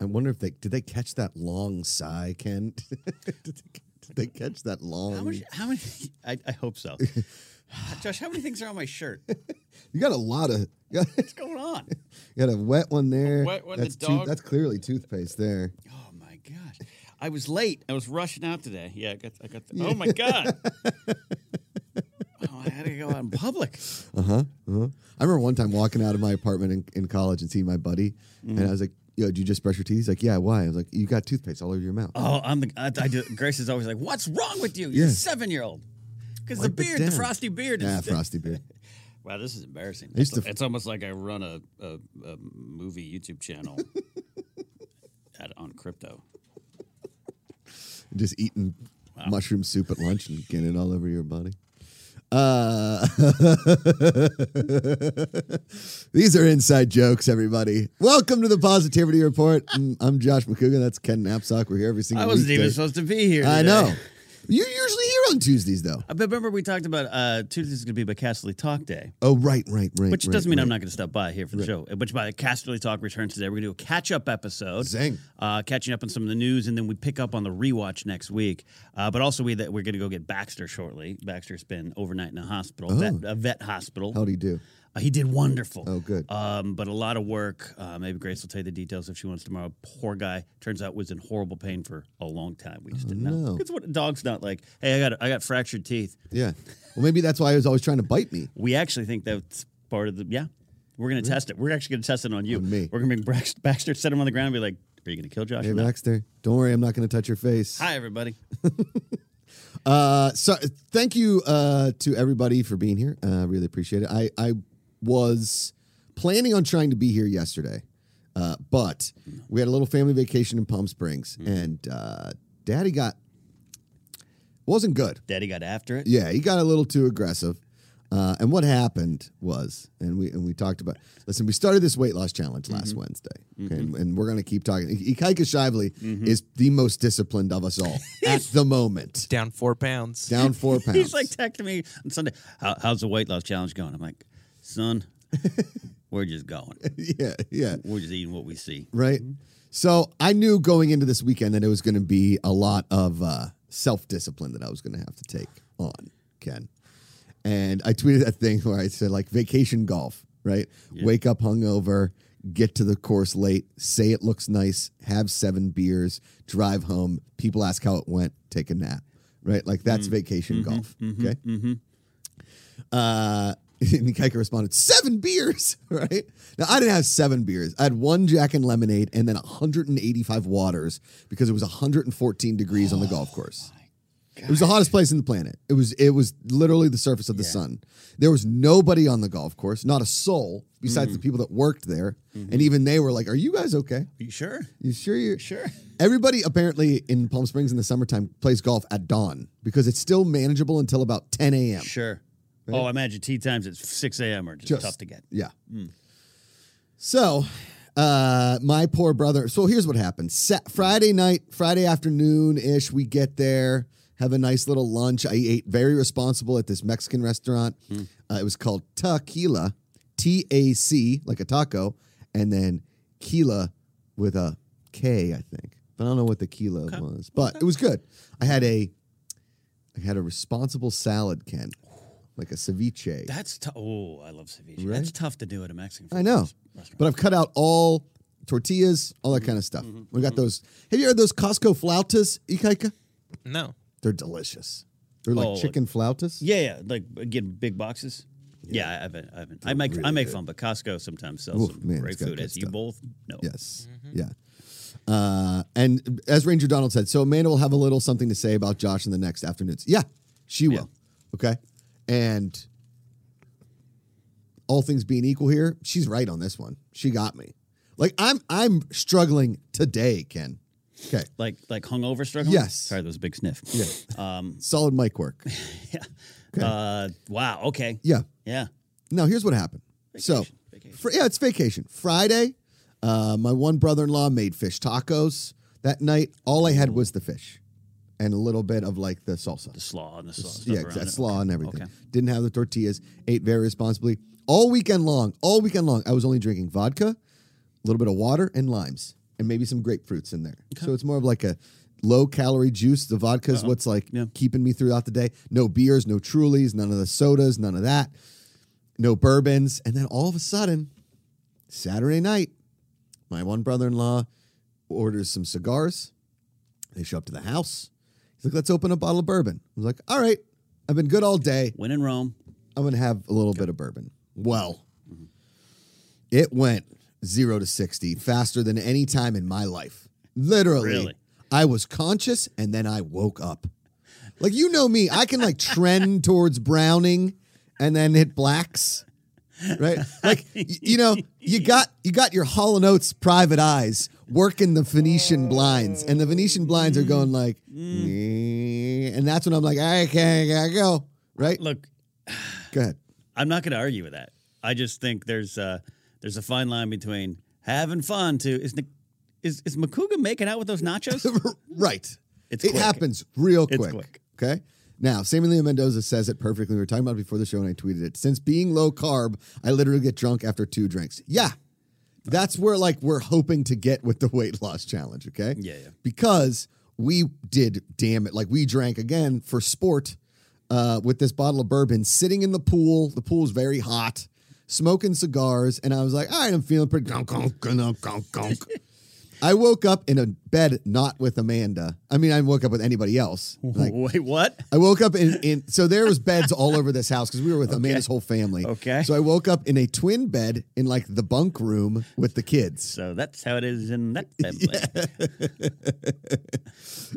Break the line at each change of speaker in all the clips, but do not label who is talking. wonder if they did they catch that long sigh, Ken? did, they, did they catch that long?
How much? How many? I, I hope so. Josh, how many things are on my shirt?
You got a lot of. You got,
What's going on?
you got a wet one there.
wet one, the
that's
dog-
that's clearly toothpaste there.
Oh my gosh! I was late.
I was rushing out today. Yeah, I got. I got. The, oh my god!
Oh, I had to go out in public.
Uh huh. Uh-huh. I remember one time walking out of my apartment in, in college and seeing my buddy,
Mm.
and I was like, "Yo, did you just brush your teeth?" He's like, "Yeah, why?" I was like, "You got toothpaste all over your mouth."
Oh, I'm the. I, I do, Grace is always like, "What's wrong with you? You're
Yeah.
a seven year old." Because the
Wipe it
beard, the
down.
frosty beard,
yeah,
is
frosty beard.
Wow, this is embarrassing.
used
It's,
to-
it's almost like I run a, a, a movie YouTube channel at, on crypto.
Just eating mushroom soup at lunch and getting it all over your body. Uh, these are inside jokes, everybody. Welcome to the Positivity Report. I'm, I'm Josh McCougan. That's Ken Knapsack. We're here every single
I wasn't even
weekday.
supposed to be here.
I
today.
know. You're usually here on Tuesdays, though.
I Uh, remember we talked about uh, Tuesday's going to be by Casterly Talk Day,
Oh, right, right, right.
which
right,
doesn't mean
right.
I'm not going to stop by here for the show. Which by Casterly Talk returns today. We're going to do a catch up episode,
Zing.
Uh, catching up on some of the news, and then we pick up on the rewatch next week. Uh, but also we that we're going to go get Baxter shortly. Baxter's been overnight in a hospital, vet, a vet hospital.
How'd he do?
Uh, he did wonderful.
Oh, good.
Um, but a lot of work. Uh, maybe Grace will tell you the details if she wants tomorrow. Poor guy. Turns out was in horrible pain for a long time. We just didn't know.
Oh, no.
It's what a dog's not like. Hey, I got I got fractured teeth.
Yeah. Well, maybe that's why he was always trying to bite me.
We actually think that's part of the yeah. We're gonna test it. We're actually gonna test it on you.
Mm-hmm. On me.
We're gonna bring Brax- Baxter, set him on the ground, and be like, "Are you gonna kill Josh?"
Hey,
or not?"
Baxter, don't worry. I'm not going to touch your face.
Hi, everybody.
Uh, so thank you uh, to everybody for being here. Uh, really appreciate it. I, I was planning on trying to be here yesterday, uh, but we had a little family vacation in Palm Springs, and uh, Daddy got wasn't good.
Daddy got after it.
Yeah, he got a little too aggressive. Uh, and what happened was, and we and we talked about. Listen, we started this weight loss challenge last
Mm-hmm.
Wednesday, okay, and, and we're gonna keep talking. I- Ikaika Shively
Mm-hmm.
is the most disciplined of us all at the moment.
down four pounds.
Down four pounds.
He's like texting me on Sunday. How, how's the weight loss challenge going? I'm like, son, we're just going.
yeah, yeah,
We're just eating what we see.
right. So I knew going into this weekend that it was gonna be a lot of uh, self discipline that I was gonna have to take on Ken. And I tweeted that thing where I said like vacation golf, right? Wake up hungover, get to the course late, say it looks nice, have seven beers, drive home. People ask how it went, take a nap, right? Like that's vacation golf. okay. Uh, and Keiko responded, seven beers, right? Now, I didn't have seven beers. I had one Jack and Lemonade and then 185 waters because it was 114 degrees on the golf course. It was the hottest place in the planet. It was it was literally the surface of the sun. There was nobody on the golf course, not a soul, besides the people that worked there. And even they were like, Are you guys okay?
You sure?
You sure you
Sure.
Everybody apparently in Palm Springs in the summertime plays golf at dawn because it's still manageable until about 10 a.m.
Sure. Oh, I imagine tea times at 6 a.m. are just,
Just-
tough to get.
Yeah. So, uh, my poor brother. So here's what happened. Sa- Friday night, Friday afternoon ish, we get there, have a nice little lunch. I ate very responsible at this Mexican restaurant. Uh, it was called Taquila, T A C, like a taco, and then Quila with a K, I think. But I don't know what the Quila was. But it was good. I had a, I had a responsible salad, Ken, like a ceviche.
That's tough. Oh, I love ceviche.
Right?
That's tough to do at a Mexican.
I know.
restaurant.
But I've cut out all tortillas, all
Mm-hmm.
that kind of stuff. We got those. Have you heard those Costco flautas, Ikaika?
No.
They're delicious. They're like
Oh,
chicken flautas.
Yeah, yeah, like get big boxes. Yeah, I haven't. I haven't. I make I
really
make
good.
fun, but Costco sometimes sells
Oof,
some
man,
great
it's got
food.
good
As you
stuff.
both know,
Yes.
Mm-hmm.
Yeah. Uh, and as Ranger Donald said, so Amanda will have a little something to say about Josh in the next afternoons. Yeah, she will. Okay. And all things being equal here, she's right on this one. She got me. Like I'm I'm struggling today, Ken. Okay.
like like hungover struggling.
Yes.
sorry, that was a big sniff. Yeah. Um.
Solid mic work.
Yeah. Uh. Wow. Okay.
Yeah.
Yeah.
No, here's what happened. So,
Vacation, vacation.
Fr- yeah, it's vacation. Friday, uh, my one brother in law made fish tacos that night. All I had was the fish and a little bit of like the salsa.
The slaw and the slaw. stuff
yeah,
around
exact
it.
slaw
Okay.
and everything.
Okay.
Didn't have the tortillas. Ate very responsibly all weekend long. All weekend long, I was only drinking vodka, a little bit of water, and limes, and maybe some grapefruits in there. So it's more of like a low calorie juice. The vodka is what's like
Uh-huh. Yeah.
keeping me throughout the day. No beers, no Trulies, none of the sodas, none of that, no bourbons. And then all of a sudden, Saturday night, my one brother in law orders some cigars. They show up to the house. He's like, let's open a bottle of bourbon. I was like, all right, I've been good all day.
When in Rome,
I'm gonna have a little bit of bourbon. Well,
Mm-hmm.
it went zero to sixty faster than any time in my life. Literally,
Really?
I was conscious and then I woke up. Like you know me, I can like trend towards browning and then hit blacks. Right? Like y- you know, you got you got your Hall and Oates private eyes working the Venetian blinds and the Venetian blinds are going like "Eh," and that's when I'm like, I can't I gotta go. Right?
Mm. look,
Go ahead.
I'm not going to argue with that. I just think there's uh, there's a fine line between having fun to is Nic- is is Makuga making out with those nachos?
right.
It's
it
quick.
happens real
It's
quick.
quick.
Okay. Now, Samuel Leo Mendoza says it perfectly. We were talking about it before the show, and I tweeted it. Since being low carb, I literally get drunk after two drinks. Yeah, that's where like we're hoping to get with the weight loss challenge. Okay.
Yeah, yeah.
Because we did, damn it, like we drank again for sport uh, with this bottle of bourbon, sitting in the pool. The pool's very hot, smoking cigars, and I was like, all right, I'm feeling pretty. Gonk, gonk, gonk, gonk, gonk. I woke up in a bed not with Amanda. I mean, I woke up with anybody else. Like,
Wait, what?
I woke up in, in so there was beds all over this house because we were with Amanda's whole family.
Okay.
So I woke up in a twin bed in like the bunk room with the kids.
So that's how it is in that family.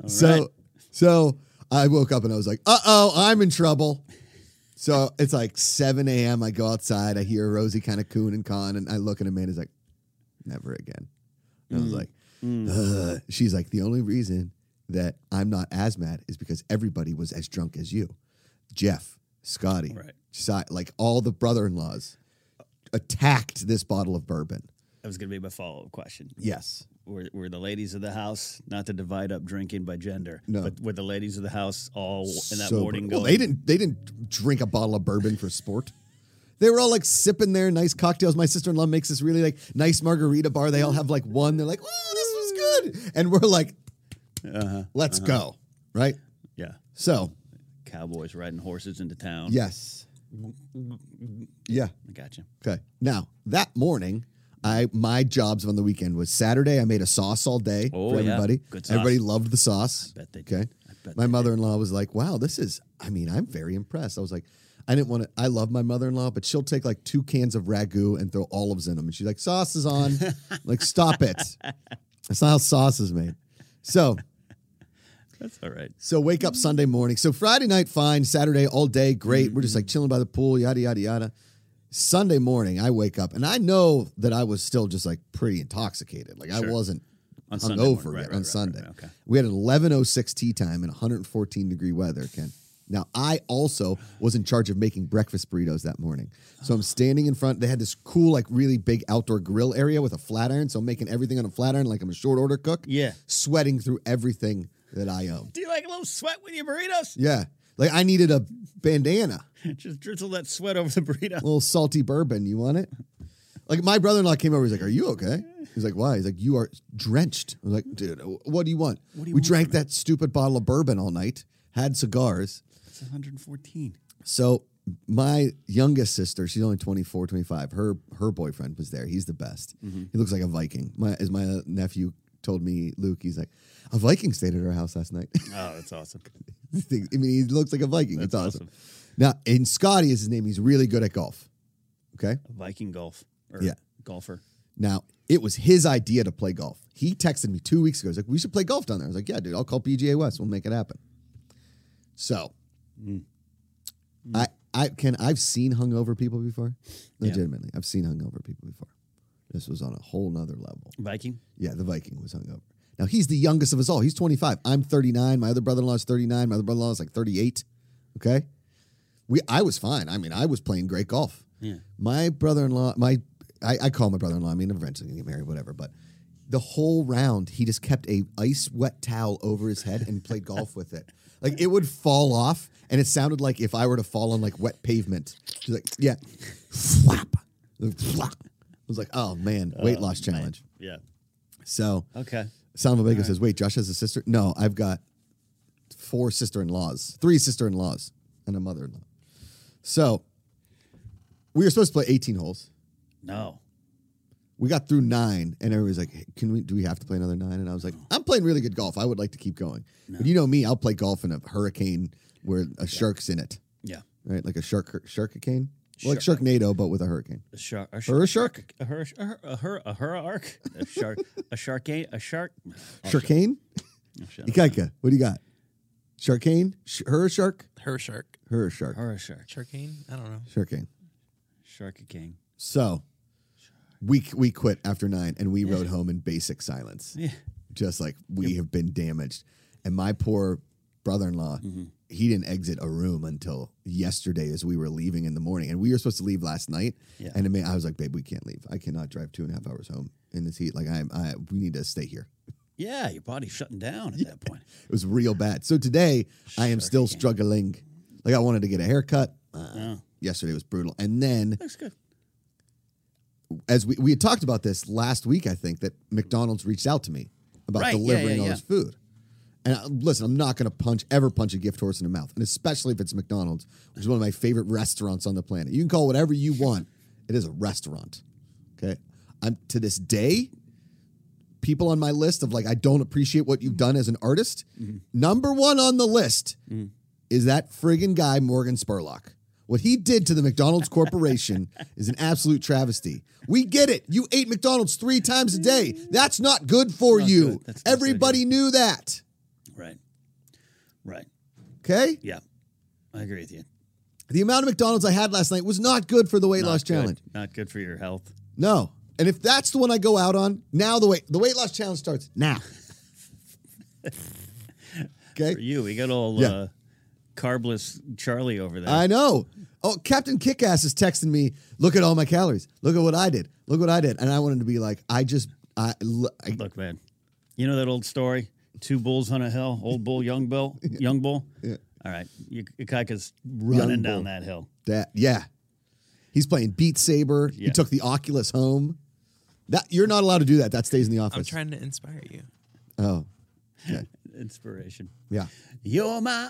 so so I woke up and I was like, uh oh, I'm in trouble. So it's like 7 a.m. I go outside, I hear Rosie kind of coon and con, and I look at Amanda's like, never again. And I was like, "Ugh." she's like, the only reason that I'm not as mad is because everybody was as drunk as you. Jeff, Scotty,
Right.
Si- like all the brother in laws attacked this bottle of bourbon.
That was going to be my follow up question.
Yes.
Were, were the ladies of the house not to divide up drinking by gender?
No.
But were the ladies of the house all in that
sober.
morning?
Well,
Going,
they didn't. They didn't drink a bottle of bourbon for sport. They were all like sipping their nice cocktails. My sister in law makes this really like nice margarita bar. They all have like one. They're like, "Oh, this was good," and we're like,
Uh-huh,
"Let's go!" Right?
Yeah,
So,
cowboys riding horses into town.
yes, yeah,
I got you.
okay. Now that morning, I my jobs on the weekend was Saturday. I made a sauce all day
Oh,
for
yeah.
everybody.
Good sauce.
Everybody loved the sauce.
Bet they did.
Okay.
I bet
my
they did.
mother in law was like, wow, this is, I mean, I'm very impressed. I was like, I didn't want to, I love my mother in law, but she'll take like two cans of ragu and throw olives in them. And she's like, sauce is on. I'm like, stop it. That's not how sauce is made. So,
That's all right.
so wake up Sunday morning. So Friday night, fine. Saturday, all day, great. We're just like chilling by the pool, yada, yada, yada. Sunday morning, I wake up and I know that I was still just like pretty intoxicated. Like I
Sure.
wasn't hung
On Sunday morning,
over
right,
yet
right,
on
right, right,
Sunday.
right, okay.
We had an 11.06 tea time and 114 degree weather, Ken. Now, I also was in charge of making breakfast burritos that morning. So I'm standing in front. They had this cool, like really big outdoor grill area with a flat iron. So I'm making everything on a flat iron like I'm a short order cook.
Yeah.
Sweating through everything that I own.
Do you like a little sweat with your burritos?
Yeah. Like I needed a bandana,
Just drizzle that sweat over the burrito.
a little salty bourbon. You want it? Like my brother in law came over. He's like, "Are you okay?" He's like, "Why?" He's like, "You are drenched." I was like, "Dude, what do you want?"
do you
we
want
drank that stupid bottle of bourbon all night, had cigars.
It's 114.
So my youngest sister, she's only 24, 25. Her her boyfriend was there. He's the best.
Mm-hmm.
He looks like a Viking. My as my nephew told me, Luke, he's like, a Viking stayed at our house last night.
Oh, that's awesome.
These things- I mean, he looks like a Viking. It's awesome. Now, and Scotty is his name. He's really good at golf. Okay.
Viking golf. Or
Yeah.
Golfer.
Now, it was his idea to play golf. He texted me two weeks ago. He's like, we should play golf down there. I was like, yeah, dude, I'll call PGA West. We'll make it happen. So, I, I can, I've seen hungover people before. Legitimately, I've seen hungover people before. This was on a whole nother level.
Viking.
Yeah, the Viking was hungover. Now he's the youngest of us all. He's 25. I'm 39. My other brother-in-law is 39. My other brother-in-law is like 38. Okay, we. I was fine. I mean, I was playing great golf.
Yeah.
My brother-in-law, my, I, I call him my brother-in-law. I mean, eventually gonna get married, whatever. But the whole round, he just kept a ice wet towel over his head and played golf with it. Like it would fall off, and it sounded like if I were to fall on like wet pavement. She's like, yeah, flap, flap. I was like, oh man, weight loss challenge.
Yeah.
So
Okay.
Salma Vega says, "Wait, Josh has a sister? No, I've got four sister-in-laws, three sister-in-laws, and a mother-in-law. So we were supposed to play 18 holes.
No.
We got through nine, and everybody's like, hey, "Can we? Do we have to play another nine? And I was like, "I'm playing really good golf. I would like to keep going, but you know me, I'll play golf in a hurricane where a shark's in it,
Yeah.
right? Like a shark, sharkicane, like Sharknado, but with a hurricane."
A shark. A
Or a
shark.
shark,
A her. A her. A her. A her arc. A shark. a shark. A shark.
sharkane,
Oh, shut up.
Ikaika. What do you got? Sharkane, Sh- her a shark,
Her shark.
her a shark,
Her a shark.
Sharkane? I don't know.
sharkane.
Shark king.
So we we quit after nine and we rode home in basic silence.
Yeah.
Just like we have been damaged. And my poor brother in law,
Mm-hmm.
he didn't exit a room until yesterday as we were leaving in the morning. And we were supposed to leave last night.
Yeah.
And I mean, I was like, babe, we can't leave. I cannot drive two and a half hours home in this heat. Like I'm I we need to stay here.
Yeah. Your body's shutting down at that point.
It was real bad. So today I am still struggling. Like I wanted to get a haircut. Uh,
No.
yesterday was brutal. And then
Oh, Looks good.
as we, we had talked about this last week, I think that McDonald's reached out to me about
Right, yeah,
delivering
yeah,
all
yeah.
this food. And I, listen, I'm not going to punch ever punch a gift horse in the mouth, and especially if it's McDonald's, which is one of my favorite restaurants on the planet. You can call it whatever you want; it is a restaurant. Okay, I'm to this day, people on my list of like I don't appreciate what
Mm.
you've done as an artist.
Mm-hmm.
Number one on the list
Mm.
is that friggin' guy Morgan Spurlock. What he did to the McDonald's Corporation is an absolute travesty. We get it. You ate McDonald's three times a day. That's not good for
Mm. Not
you.
good. That's not good,
Everybody knew that.
Right. Right.
Okay?
Yeah. I agree with you.
The amount of McDonald's I had last night was not good for the weight
Not
loss
good.
challenge.
Not good for your health.
No. And if that's the one I go out on, now the weight the weight loss challenge starts now.
For
okay?
you, we got old
Yeah.
uh, carbless Charlie over there.
I know. Oh, Captain Kickass is texting me. Look at all my calories. Look at what I did. Look what I did. And I wanted to be like, I just, I, I
Look, man, you know that old story: two bulls on a hill, old bull, young bull, young bull.
Yeah.
All right, you Ikaka's running
Young bull.
down that hill.
That yeah. He's playing Beat Saber. He
Yeah.
took the Oculus home. That you're not allowed to do that. That stays in the office.
I'm trying to inspire you.
Oh. Okay.
Inspiration.
Yeah.
You're my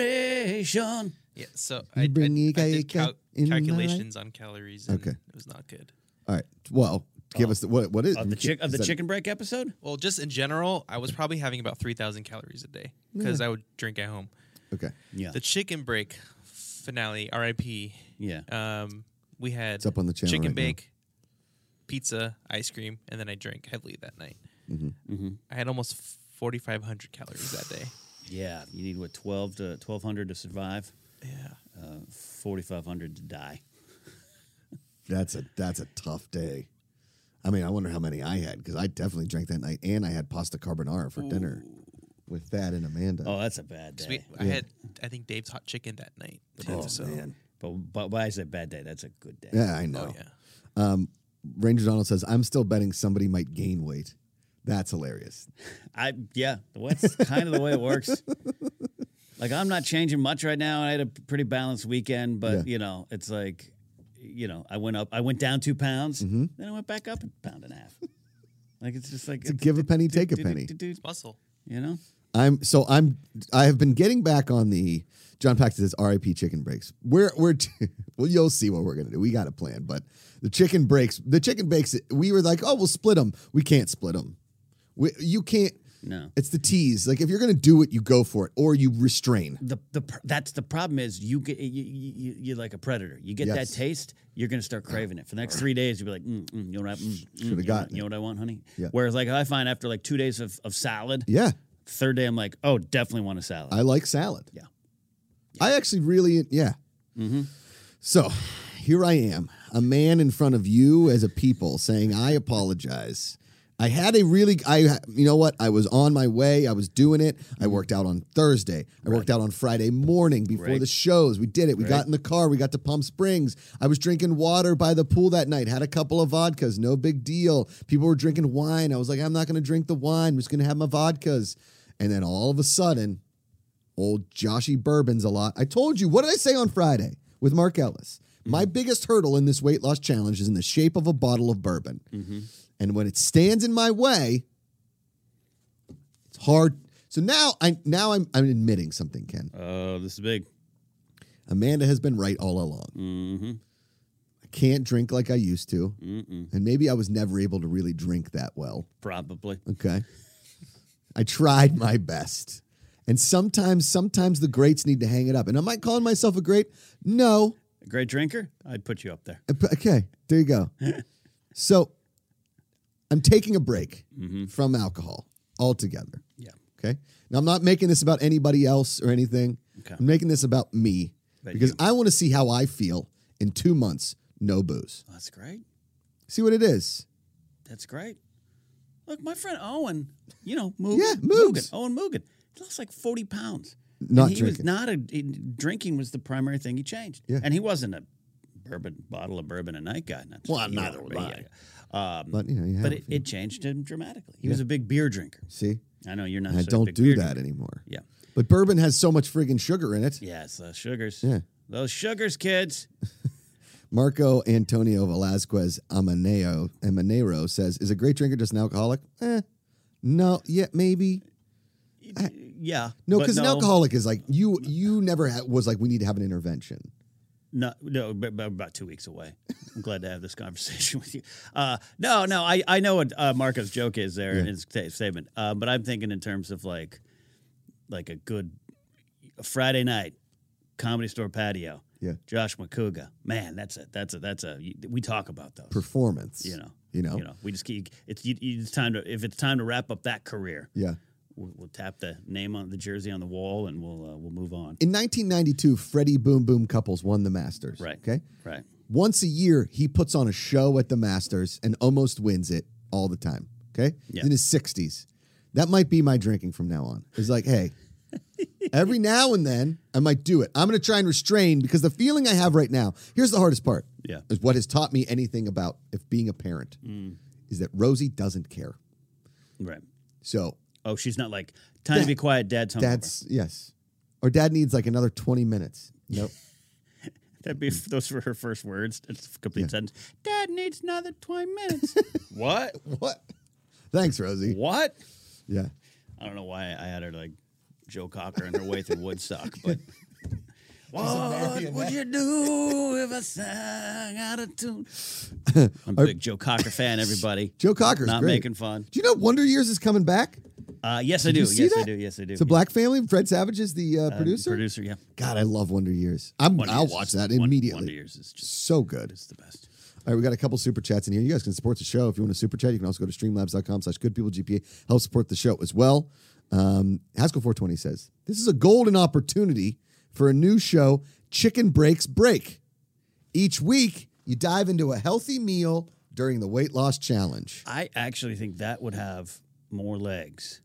inspiration.
Yeah, so I, I,
bring
I
Ikaika
did cal-
in my-
calculations on calories. And
Okay.
It was not good.
All right. Well, give us the, what what is
Of the chick of
is
the
that-
chicken break episode.
Well, just in general, I was probably having about 3,000 calories a day because I would drink at home.
Okay.
Yeah,
The chicken break finale, RIP.
yeah.
Um, we had
It's up on the channel
chicken
right now.
bake, pizza, ice cream, and then I drank heavily that night.
Mm-hmm.
I had almost 4,500 calories that day.
Yeah, you need what twelve to twelve hundred to survive,
Yeah.
uh, forty five hundred to die.
That's a that's a tough day. I mean, I wonder how many I had because I definitely drank that night, and I had pasta carbonara for dinner with that and Amanda.
Oh, that's a bad day.
So we, I had, I think, Dave's hot chicken that night. Too,
Oh,
so.
But but why is that a bad day? That's a good day.
Yeah, I know.
Oh, yeah.
Ranger Donald says, "I'm still betting somebody might gain weight." That's hilarious.
I yeah, that's kind of the way it works. Like I'm not changing much right now. I had a pretty balanced weekend, but
Yeah.
you know, it's like, you know, I went up, I went down two pounds,
Mm-hmm.
then I went back up a pound and a half. Like it's just like
To give a penny, take a
do-
penny.
do- do- do-
Muscle.
You know,
I'm so I'm I have been getting back on the John Paxton says R.I.P. chicken breaks. We're we're well, you'll see what we're gonna do. We got a plan, but the chicken breaks, the chicken bakes. We were like, oh, we'll split them. We can't split them. We, you can't.
no.
It's the tease. Like if you're gonna do it, you go for it, or you restrain.
The, the pr- that's the problem is you get you, you, you you're like a predator. You get
Yes.
that taste, you're gonna start craving it for the next three days. You'll be like, mm, mm, you know what I mm, mm, you, know,
gotten
what- you know what I want, honey.
Yeah.
Whereas like I find after like two days of, of salad,
Yeah,
third day I'm like, oh, definitely want a salad.
I like salad.
Yeah. Mm-hmm.
I actually really yeah. So here I am, a man in front of you as a people saying, I apologize. I had a really, I, you know what? I was on my way. I was doing it. I
Mm-hmm.
worked out on Thursday. I worked out on Friday morning before
Right.
the shows. We did it. We got in the car. We got to Palm Springs. I was drinking water by the pool that night. Had a couple of vodkas. No big deal. People were drinking wine. I was like, I'm not going to drink the wine. I'm just going to have my vodkas. And then all of a sudden, old Joshy Bourbon's a lot. I told you, what did I say on Friday with
Mm-hmm. Mm-hmm.
Mark Ellis? My biggest hurdle in this weight loss challenge is in the shape of a bottle of bourbon. And when it stands in my way, it's hard. So now I now I'm I'm admitting something, Ken.
Oh, this is big.
Amanda has been right all along.
Mm-hmm.
I can't drink like I used to,
Mm-mm.
and maybe I was never able to really drink that well.
Probably.
Okay. I tried my best. And sometimes, sometimes the greats need to hang it up. And am I calling myself a great? No.
A great drinker? I'd put you up there.
Uh, p- Okay, there you go. so I'm taking a break
Mhm.
from alcohol altogether.
Yeah.
Okay. Now I'm not making this about anybody else or anything.
Okay.
I'm making this about me
About
because
you.
I want to see how I feel in two months, no booze.
That's great.
See what it is.
That's great. Look, my friend Owen, you know, Mugen,
Yeah, Moogs.
Mugen, Owen Mugen, he lost like 40 pounds.
Not
and he
drinking.
was not a he- drinking was the primary thing he changed.
Yeah.
And he wasn't a bourbon bottle of bourbon a night guy. Not
Well,
you
neither
are,
was
but
I.
yeah. Um,
But you know, you have
but
a
it,
few.
it changed him dramatically. He was a big beer drinker.
see,
I know you're not.
I
such a
don't
big
do
beer
that
drinker.
anymore.
Yeah.
But bourbon has so much friggin' sugar in it.
Yeah, it's the sugars.
Yeah.
Those sugars, kids.
Marco Antonio Velasquez Amaneo Amanero says, "Is a great drinker just an alcoholic?" Eh, no, yeah, maybe.
yeah.
No,
but
because an alcoholic is like you. You never ha- was like we need to have an intervention.
No, no, but, but about two weeks away. I'm glad to have this conversation with you. Uh, no, no, I, I know what uh, Marco's joke is there in his sta- statement, uh, but I'm thinking in terms of like, like a good Friday night comedy store patio.
Yeah.
Josh McCouga, man, that's a that's a that's a we talk about those.
Performance.
You know,
You know.
you know, we just keep it's you, you, it's time to if it's time to wrap up that career,
Yeah.
we'll, we'll tap the name on the jersey on the wall and we'll uh, we'll move on.
In 1992, Freddie Boom Boom Couples won the Masters.
Right.
Okay.
Right.
Once a year, he puts on a show at the Masters and almost wins it all the time. Okay.
Yeah.
In his 60s. That might be my drinking from now on. It's like, hey, every now and then I might do it. I'm going to try and restrain because the feeling I have right now, here's the hardest part.
Yeah. Mm.
Is what has taught me anything about if being a parent is that Rosie doesn't care.
Right.
So
Oh, she's not like time to
Dad-
be quiet. Dad's hungover.
dad's, yes. Or dad needs like another 20 minutes. Nope.
That'd be
Mm.
those were her first words. It's a complete sentence. Dad needs another twenty minutes. what?
what? Thanks, Rosie.
What?
Yeah.
I don't know why I had her like Joe Cocker in her way through Woodstock, but. What would you do if I sang out of tune? I'm a big Joe Cocker fan, everybody.
Joe Cocker's
Not
great.
making fun.
Do you know Wonder Years is coming back?
Uh, yes, I do.
you see
Yes, I
that?
do. Yes, I do.
It's a black family. Fred Savage is the uh,
Uh,
producer.
Producer, yeah.
God, I love Wonder Years. I'm,
Wonder
I'll
Years
watch
is-
that
Wonder-
immediately.
Wonder Years is just
So good.
it's the best.
All right, we got a couple super chats in here. You guys can support the show. If you want to super chat, you can also go to streamlabs.com slash goodpeoplegpa. Help support the show as well. Um, Haskell420 says, This is a golden opportunity for a new show, Chicken Breaks Break. Each week, you dive into a healthy meal during the weight loss challenge.
I actually think that would have more legs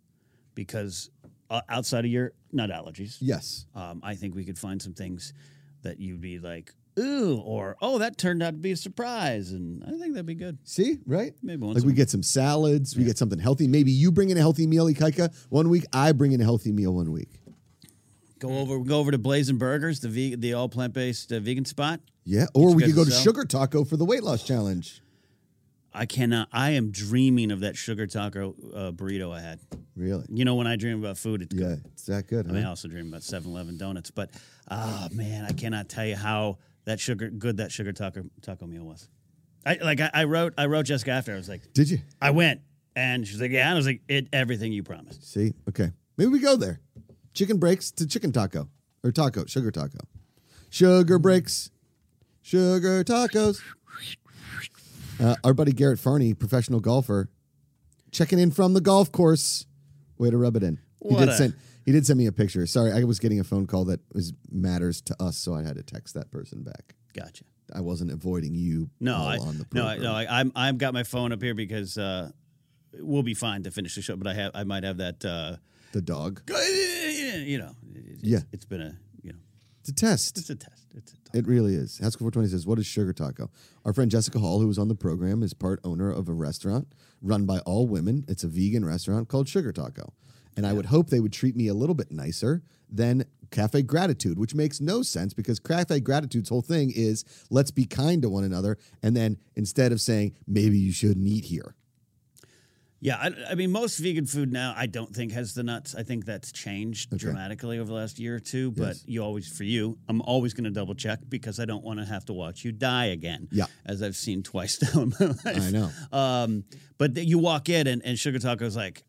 because uh, outside of your nut allergies,
Yes.
um, I think we could find some things that you'd be like, ooh, or oh, that turned out to be a surprise. And I think that'd be good.
See, right?
Maybe once
like we
a-
get some salads, we get something healthy. Maybe you bring in a healthy meal, Ikaika, one week. I bring in a healthy meal one week.
Go over, go over to Blazing Burgers, the ve- the all plant based uh, vegan spot.
Yeah, or
you
we could
guys
go
a
to
salad?
Sugar Taco for the weight loss challenge.
I cannot. I am dreaming of that sugar taco uh, burrito I had.
Really?
You know, when I dream about food, it's
Yeah,
good.
it's that good.
I mean, I
huh?
also dream about 7-Eleven donuts, but oh man, I cannot tell you how that sugar good that sugar taco taco meal was. I like I, I wrote I wrote Jessica after I was like
Did you
I went and she's like yeah and I was like it everything you promised.
see? Okay, maybe we go there. Chicken breaks to chicken taco or taco, sugar taco, sugar breaks, sugar tacos. Uh, our buddy Garrett Farney, professional golfer, checking in from the golf course. Way to rub it in. he
What
did
a-
send. He did send me a picture. Sorry, I was getting a phone call that was matters to us, so I had to text that person back.
Gotcha.
I wasn't avoiding you.
No,
all
I,
on the
no, I,
program.
no, I, I'm I've got my phone up here because uh, we'll be fine to finish the show, but I have I might have that uh,
the dog.
you know it's,
Yeah.
it's been a you know
It's a test.
it's a test it's a
It really is. Haskell 420 says, What is Sugar Taco? Our friend Jessica Hall, who was on the program, is part owner of a restaurant run by all women. It's a vegan restaurant called Sugar Taco. And I would hope they would treat me a little bit nicer than Cafe Gratitude, which makes no sense because Cafe Gratitude's whole thing is let's be kind to one another. And then instead of saying, maybe you shouldn't eat here,
Yeah, I, I mean, most vegan food now, I don't think has the nuts. I think that's changed dramatically over the last year or two. But
Yes.
you always, for you, I'm always going to double check because I don't want to have to watch you die again.
Yeah.
as I've seen twice now in my life.
I know.
Um, but th- you walk in and, and Sugar Taco's like,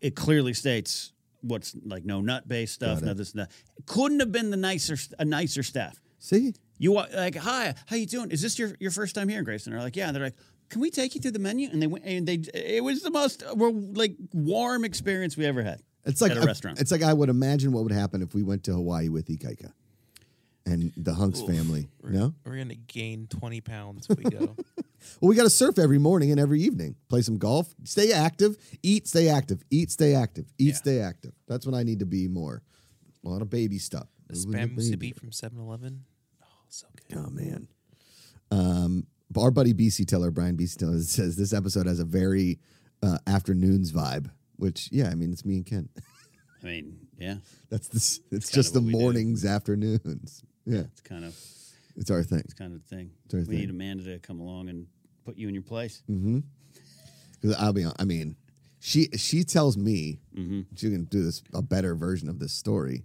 it clearly states what's like no nut based stuff, no this, no. Couldn't have been the nicer, st- a nicer staff.
See?
You wa- like, hi, how you doing? Is this your, your first time here, in Grayson? They're like, yeah. And they're like, can we take you to the menu? And they went, and they it was the most uh, well, like warm experience we ever had.
It's like
at a
I-
restaurant.
It's like I would imagine what would happen if we went to Hawaii with Ikaika and the Hunks family. No,
We're gonna gain twenty pounds if we go.
well, we got to surf every morning and every evening. Play some golf. Stay active. Eat. Stay active. Eat. Stay active. Eat. Stay active. That's when I need to be more. A lot of baby stuff.
The spam musubi from 7-Eleven. Oh, so good.
Oh man. Um, our buddy BC Teller, Brian BC Teller, says this episode has a very uh, afternoons vibe. Which, yeah, I mean, it's me and Ken.
I mean, yeah,
That's this. It's,
kinda
just the
what we do.
mornings, afternoons. Yeah,
it's kind of
it's our thing.
it's kind of the thing.
our
we
thing. Mm.
need Amanda to come along and put you in your place.
'Cause I'll be. hon- I mean, she she tells me
Mm-hmm.
she can do this a better version of this story.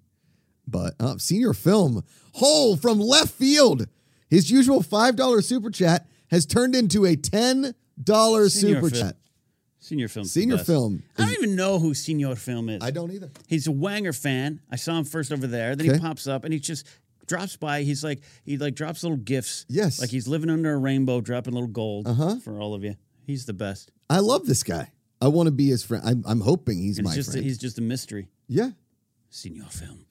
But uh, senior film hole from left field. His usual five dollar super chat has turned into a ten dollar
Senior
super
Phil.
chat.
Senior film.
Senior Film
I don't even know who Senior Film is.
I don't either.
He's a Wanger fan. I saw him first over there. Then
Okay.
he pops up and he just drops by. He's like he like drops little gifts.
Yes. Uh-huh.
like he's living under a rainbow, dropping little gold uh for all of you. He's the best.
I love this guy. I want to be his friend. I'm, I'm hoping he's
And
my
it's just
friend.
he's just a mystery.
yeah.
Senior Film.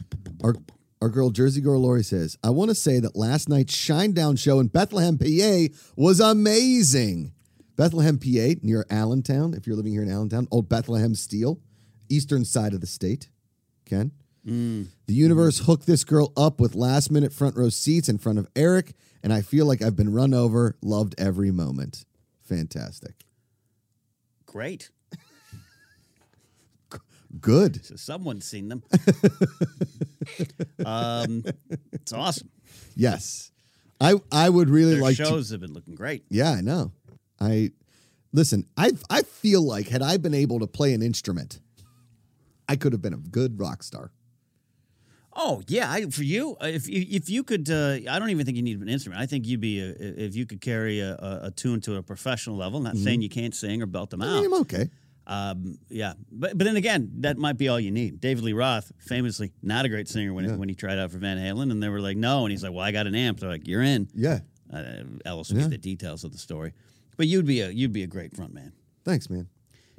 Our, our girl, Jersey Girl Lori says, I want to say that last night's Shinedown show in Bethlehem, PA was amazing. Bethlehem, PA, near Allentown, if you're living here in Allentown, old Bethlehem Steel, eastern side of the state. Ken?
Mm.
The universe hooked this girl up with last minute front row seats in front of Eric, and I feel like I've been run over, loved every moment. Fantastic.
Great.
Good.
So someone's seen them. um, it's awesome.
Yes. I I would really
Their
like to
shows have been looking great.
Yeah, I know. I listen, I I feel like had I been able to play an instrument, I could have been a good rock star.
Oh yeah, I, for you, uh, if you- if you could, uh, I don't even think you need an instrument. I think you'd be a, if you could carry a, a, a tune to a professional level. Not
Mm-hmm.
saying you can't sing or belt them
I mean,
out.
I'm okay.
Um, yeah, but but then again, that might be all you need. David Lee Roth, famously not a great singer when when he tried out for Van Halen, and they were like, no, and he's like, well, I got an amp. They're like, you're in.
Yeah.
Uh, Ellis will get the details of the story, but you'd be a you'd be a great front man
Thanks, man.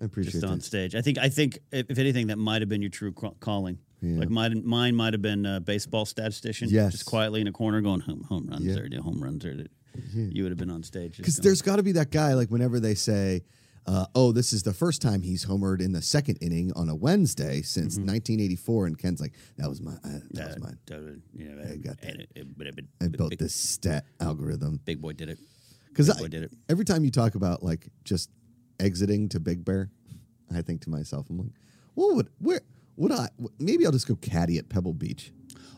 I appreciate
just on
that.
stage. I think I think if, if anything, that might have been your true ca- calling.
Yeah.
Like mine, mine might have been a baseball statistician,
Yes.
just quietly in a corner going home home runs or do home runs or do-" you would have been on stage.
Because
just going,
there's got to be that guy, like whenever they say, uh, "Oh, this is the first time he's homered in the second inning on a Wednesday since 1984," and Ken's like, "That was my, uh, that was
uh,
mine.
duh, you know,
got that.
and it- it- but it- but-
I
but
built
big,
this stat algorithm."
Big boy did it.
Because
Big boy did it.
every time you talk about like just exiting to Big Bear, I think to myself, I'm like, what would where would I? Maybe I'll just go caddy at Pebble Beach.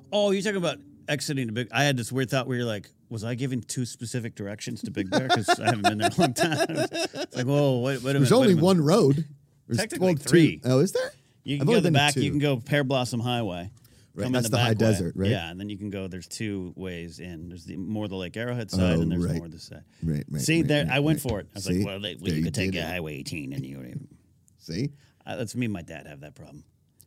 Oh, you're talking about exiting to Big. I had this weird thought where you're like, was I giving two specific directions to Big Bear? Because I haven't been there in a long time. It's like, whoa, wait, wait a minute.
There's
wait a
only
minute.
one road. There's
Technically
well, two-
three.
Oh, is there?
You
I've
can
only
go to the
been
back.
two.
You can go Pear Blossom Highway.
Right,
Come in
that's the high
back way.
desert, right?
Yeah, and then you can go. There's two ways in. There's the more the Lake Arrowhead side,
Oh,
and there's
right.
more this side.
Right, right,
See,
right,
there,
right,
I went
right.
for it. I was
See?
like, well, they, well
There
you
you
could take
did
a
it.
Highway 18, and you would.
See,
Uh, that's me. and My dad have that problem.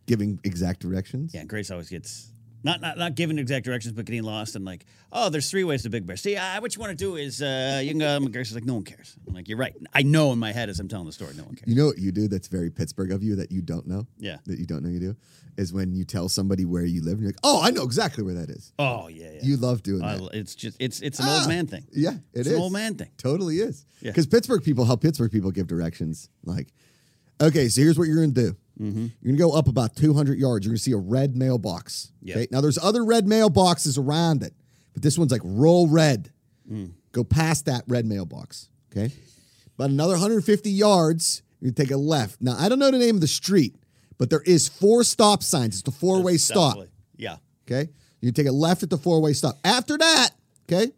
giving exact directions.
Yeah, and Grace always gets. Not, not not giving exact directions, but getting lost and like, oh, there's three ways to Big Bear. See, uh, what you want to do is uh, you can go. And Grace is like, no one cares. I'm like, you're right. I know in my head as I'm telling the story, no one cares.
You know what you do that's very Pittsburgh of you that you don't know?
Yeah.
That you don't know you do? Is when you tell somebody where you live and you're like, oh, I know exactly where that is.
Oh yeah, yeah.
You love doing
I
that.
l- it's just it's it's an
Ah!
old man thing.
Yeah, it
It's
is.
an old man thing.
Totally is.
Yeah.
Because Pittsburgh people, how Pittsburgh people give directions, like, okay, so here's what you're going to do.
Mm-hmm.
You're going to go up about 200 yards. You're going to see a red mailbox.
Yeah.
Okay. Now there's other red mailboxes around it, but this one's like roll red.
Mm.
Go past that red mailbox. Okay. About another 150 yards, you take a left. Now I don't know the name of the street, but there is four stop signs. It's a four-way stop.
Definitely. Yeah.
Okay. You take a left at the four way stop. After that, okay,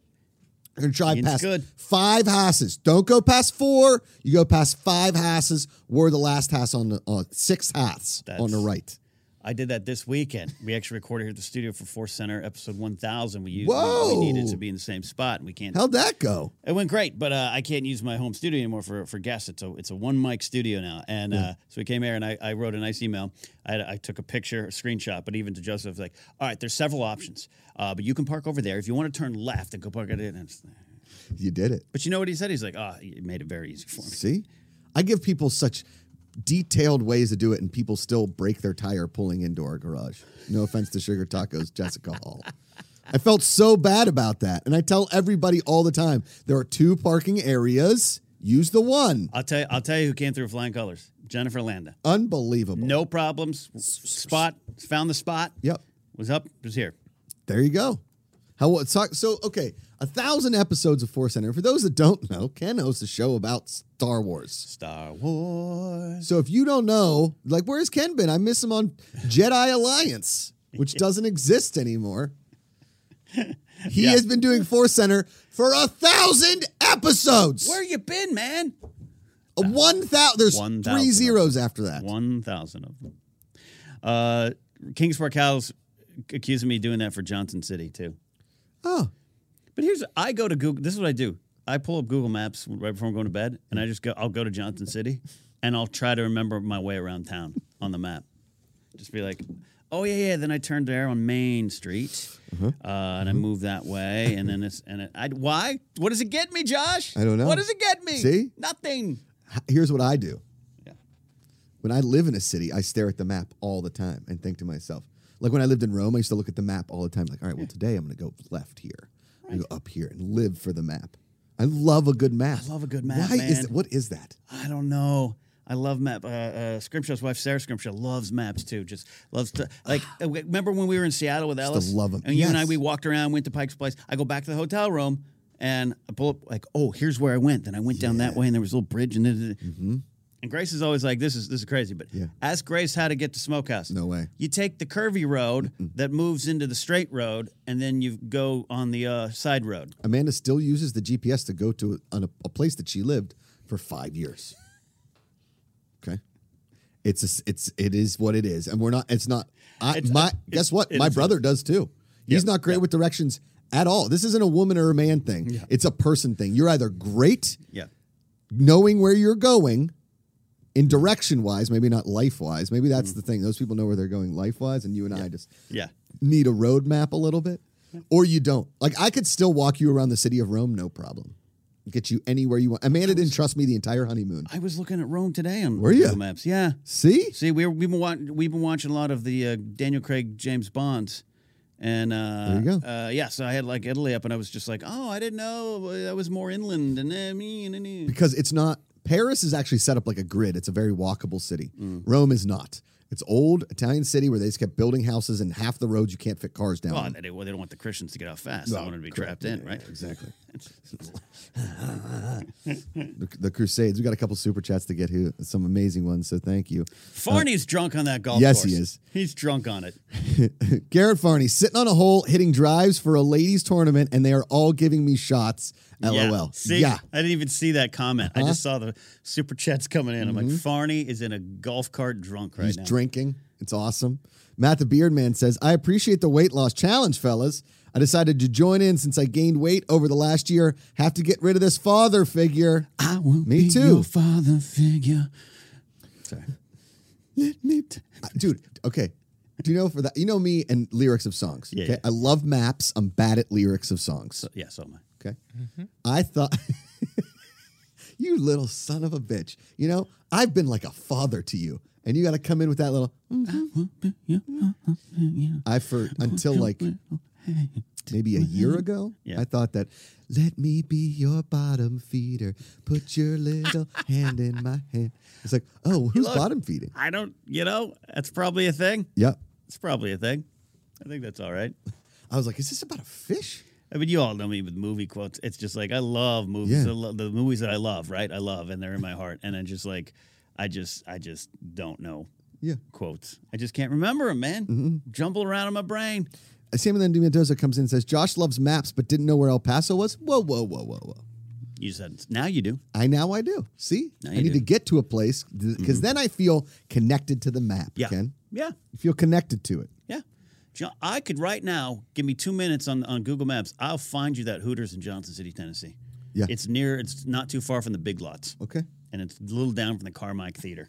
You're gonna drive
Ian's
past
good.
five houses. Don't go past four. You go past five houses. We're the last house on the uh, sixth house on the
That's-
right.
I did that this weekend. We actually recorded here at the studio for Force Center episode 1000. We used
Whoa.
we needed to be in the same spot, and we can't.
How'd that go?
It went great, but uh, I can't use my home studio anymore for for guests. It's a it's a one mic studio now, and uh, so we came here and I, I wrote a nice email. I, had- I took a picture, a screenshot, but even to Joseph, like, all right, there's several options, uh, but you can park over there if you want to turn left and go park at it. And it's-
You did it.
But you know what he said? He's like, ah, you made it very easy for me.
See, I give people such detailed ways to do it, and people still break their tire pulling into our garage. No offense to Sugar Tacos, Jessica Hall. I felt so bad about that, and I tell everybody all the time there are two parking areas. Use the one.
I'll tell you, I'll tell you who came through with flying colors. Jennifer Landa,
Unbelievable.
no problems. Spot found the spot.
Yep.
was up, was here.
There you go. How what? So, so okay, a thousand episodes of Force Center. For those that don't know, Ken hosts a show about Star Wars.
Star Wars.
So if you don't know, like, where's Ken been? I miss him on Jedi Alliance, which doesn't exist anymore. He
Yeah.
has been doing Force Center for a thousand episodes.
Where you been, man?
A one thousand. There's
One thousand
three
of
zeros after that.
One thousand of them. Uh, Kingsport Cows accusing me of doing that for Johnson City too.
Oh,
But here's I go to Google. This is what I do. I pull up Google Maps right before I'm going to bed, and I just go. I'll go to Johnson City, and I'll try to remember my way around town on the map. Just be like, oh yeah, yeah. Then I turned there on Main Street,
Uh-huh.
uh and I
Mm-hmm.
moved that way, and then it's and it, I why? What does it get me, Josh?
I don't know.
What does it get me?
See?
nothing.
h- here's what I do.
Yeah.
When I live in a city, I stare at the map all the time and think to myself, like when I lived in Rome, I used to look at the map all the time, like, all right, well, today I'm going to go left here, I'm gonna go up here, and live for the map. I love a good map. I
love a good map,
Why is
man.
that? What is that?
I don't know. I love map. Uh, uh, Scrimshaw's wife, Sarah Scrimshaw, loves maps too. Just loves to like. uh, w- remember when we were in Seattle with Ellis?
love 'em.
And you and I,
Yes.
we walked around, went to Pike's Place. I go back to the hotel room and I pull up like, oh, here's where I went. Then I went down that way, and there was a little bridge. And mm and Grace is always like, this is this is crazy. But
Mm-hmm. Yeah.
ask Grace how to get to Smokehouse.
No way.
You take the curvy road that moves into the straight road, and then you go on the uh, side road.
Amanda still uses the GPS to go to a, an- a place that she lived for five years. Okay, it's a s it's it is what it is, and we're not. It's not. I,
It's- uh,
my
it's-
guess what
it
my
is.
brother does too. He's
Yeah,
not great
yeah.
with directions at all. This isn't a woman or a man thing. It's a person thing. You're either great
Yeah.
knowing where you're going in direction wise, maybe not life wise. Maybe that's the thing. Those people know where they're going life wise, and you and I just
Mm. Yeah.
need a roadmap a little bit, or you don't. Like I could still walk you around the city of Rome, no problem. Get you anywhere you want. Amanda didn't trust me the entire honeymoon.
I was looking at Rome today on
Were ya?
Google Maps. Yeah.
See,
See, we're, we've been wa- we've been watching a lot of the uh, Daniel Craig James Bonds, and uh,
There you go.
Uh, yeah, so I had like Italy up, and I was just like, oh, I didn't know uh, that was more inland, and uh, me and- and and-
because it's not. Paris is actually set up like a grid. It's a very walkable city.
Mm.
Rome is not. It's old Italian city where they just kept building houses and half the roads you can't fit cars down.
well,
on.
Oh, they, didn't- well, they don't want the Christians to get out fast. they
Oh,
want them to be
correct.
trapped in,
Yeah,
right?
yeah, exactly. the, the Crusades. We got a couple super chats to get here. Some amazing ones. So thank you.
Farney's drunk on that golf
yes,
course.
he is.
He's drunk on it.
Garrett Farney sitting on a hole hitting drives for a ladies tournament, and they are all giving me shots. LOL.
Yeah. See,
Yeah. Uh-huh.
I didn't even see that comment. I just saw the super chats coming in. I'm like, Farney is in a golf cart drunk right
Mm-hmm. He's
now.
drinking. It's awesome. Matt the Beard Man says, I appreciate the weight loss challenge, fellas. I decided to join in since I gained weight over the last year. Have to get rid of this father figure.
I will
Me
be
too.
your father figure. Sorry.
Uh, dude. Okay. Do you know for that? You know me and lyrics of songs.
Yeah,
okay?
yeah.
I love maps. I'm bad at lyrics of songs.
Yeah, so am I.
Okay.
Mm-hmm.
I thought, you little son of a bitch. You know, I've been like a father to you, and you got to come in with that little. I for until like maybe a year ago,
Mm-hmm. Yeah.
I thought that. Let me be your bottom feeder. Put your little hand in my hand. It's like, oh, who's
Look.
bottom feeding?
I don't, you know, that's probably a thing.
Yep.
It's probably a thing. I think that's all right.
I was like, is this about a fish?
I mean, you all know me with movie quotes. It's just like I love movies.
Yeah.
I lo- the movies that I love, right? I love, and they're in my heart. And I just like, I just, I just don't know
Yeah. Mm-hmm.
quotes. I just can't remember them, man. Jumble around in my brain.
Samuel Andy Mendoza comes in and says, Josh loves maps but didn't know where El Paso was. Whoa, whoa, whoa, whoa, whoa.
You said now you do.
I now I do. See?
Now
I
you
need
do. Mm-hmm.
to get to a place because then I feel connected to the map,
Yeah.
Ken.
Yeah.
You feel connected to it.
Yeah. John, I could right now give me two minutes on, on Google Maps. I'll find you that Hooters in Johnson City, Tennessee.
Yeah.
It's near, it's not too far from the big lots,
Okay.
and it's a little down from the Carmike Theater.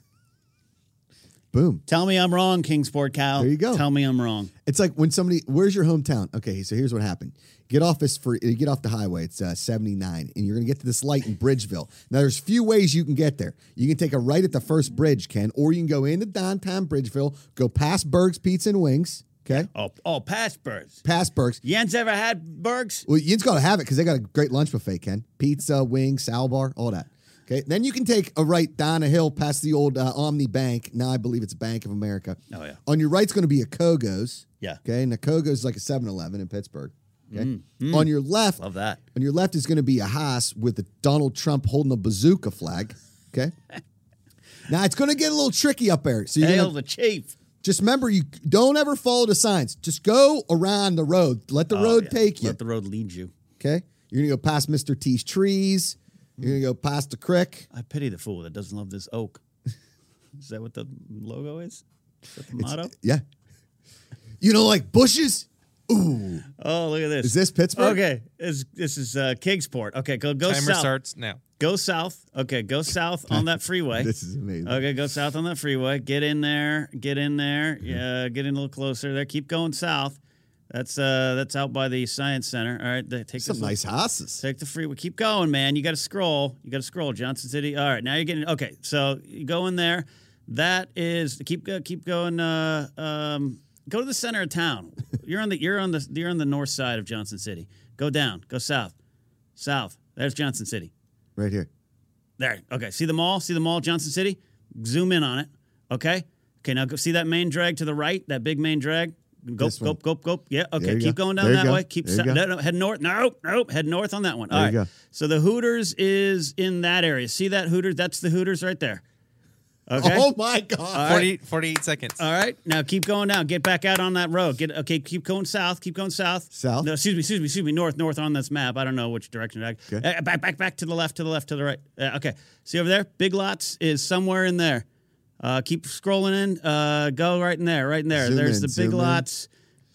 Boom.
Tell me I'm wrong, Kingsport Cal.
There you go.
Tell me I'm wrong.
It's like when somebody, where's your hometown? Okay, so here's what happened. Get off this for you get off the highway. It's uh, 79, and you're gonna get to this light in Bridgeville. Now, there's few ways you can get there. You can take a right at the first bridge, Ken, or you can go into downtown Bridgeville, go past Berg's Pizza and Wings. Okay,
Oh, oh, past birds.
past Berg's.
Yen's ever had Bergs?
Well, you just gotta have it because they got a great lunch buffet, Ken. Pizza, wings, sal bar, all that. Okay, then you can take a right down a hill past the old uh, Omni Bank. Now I believe it's Bank of America.
Oh, yeah.
On your right's going to be a Kogo's.
Yeah. Mm,
Okay, and a Kogo's is like a 7-Eleven in Pittsburgh. Okay. On your left,
Love that.
on your left is going to be a Haas with a Donald Trump holding a bazooka flag. Okay. now it's going to get a little tricky up there, so you're
Hail
gonna-
the chief.
just remember you don't ever follow the signs. Just go around the road. Let the
Oh,
road
yeah.
take you.
Let the road lead you.
Okay. You're going to go past Mr. T's trees. You're going to go past the creek.
I pity the fool that doesn't love this oak. is that what the logo is? Is that the motto?
Yeah. You don't like bushes?
Oh, look at this.
Is this Pittsburgh?
Okay, this, this is uh, Kingsport. Okay, go go
Timer
south.
starts now.
Go south. Okay, go south on that freeway.
This is amazing.
Okay, go south on that freeway. Get in there. Get in there. Yeah, get in a little closer there. Keep going south. That's uh, that's out by the science center. All right, th- take
Some
this little-
nice houses.
Take the freeway. Keep going, man. You got to scroll. You got to scroll. Johnson City. All right, now you're getting okay. So you go in there. That is keep go- keep going. Uh, um, go to the center of town. You're on the you're on the you're on the north side of Johnson City. Go down. Go south. South. There's Johnson City.
Right here.
There. Okay. See the mall? See the mall, Johnson City? Zoom in on it. Okay. Okay. Now go see that main drag to the right, that big main drag. Go,
This
go,
one.
go, go. Yeah.
There
Okay.
you
Keep
go.
going down
There you
that
go.
way. Keep
There you
se-
go.
no, no, head north. No, nope. Head north on that one.
There
All
you
right.
go.
So the Hooters is in that area. See that Hooters? That's the Hooters right there. Okay.
Oh my God.
40, 48 seconds.
All right, now keep going. Now get back out on that road. Get okay. Keep going south. Keep going south.
South?
No, excuse me, excuse me, excuse me. North, north on this map. I don't know which direction. Okay.
Okay.
back, back, back to the left, to the left, to the right. Uh, okay. See over there, Big Lots is somewhere in there. Uh, keep scrolling in. Uh, go right in there, right in there.
Zoom
There's
in,
the
zoom
Big
in.
Lots.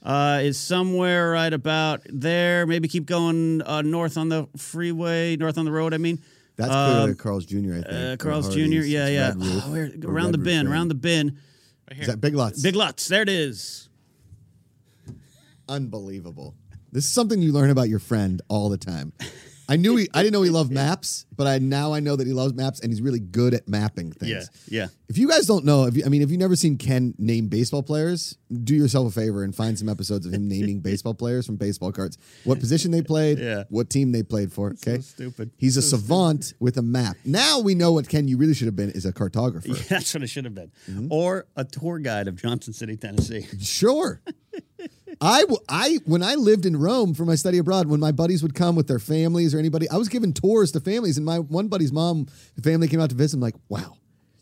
Uh, is somewhere right about there. Maybe keep going uh, north on the freeway, north on the road. I mean,
That's
Um,
clearly Carl's Jr., I think.
uh,
or
Carl's Jr.
Hardee's. It's
Yeah, yeah.
Red Roof
Oh, where-
or
around
Red
the
Roof
bin,
Inn.
around the bin.
Right
Is
here.
that Big Lots?
Big Lots. There it is.
Unbelievable. This is something you learn about your friend all the time. I knew he, I didn't know he loved maps, but I now I know that he loves maps and he's really good at mapping things.
Yeah.
If you guys don't know, if you, I mean, if you've never seen Ken name baseball players, do yourself a favor and find some episodes of him naming baseball players from baseball cards. What position they played,
Yeah.
what team they played for. Okay,
stupid.
He's a savant with a map. Now we know what Ken you really should have been is a cartographer.
That's what it should have been.
Mm-hmm.
Or a tour guide of Johnson City, Tennessee.
Sure. I, w- I when I lived in Rome for my study abroad, when my buddies would come with their families or anybody, I was giving tours to families, and my one buddy's mom, the family came out to visit. I'm like, wow,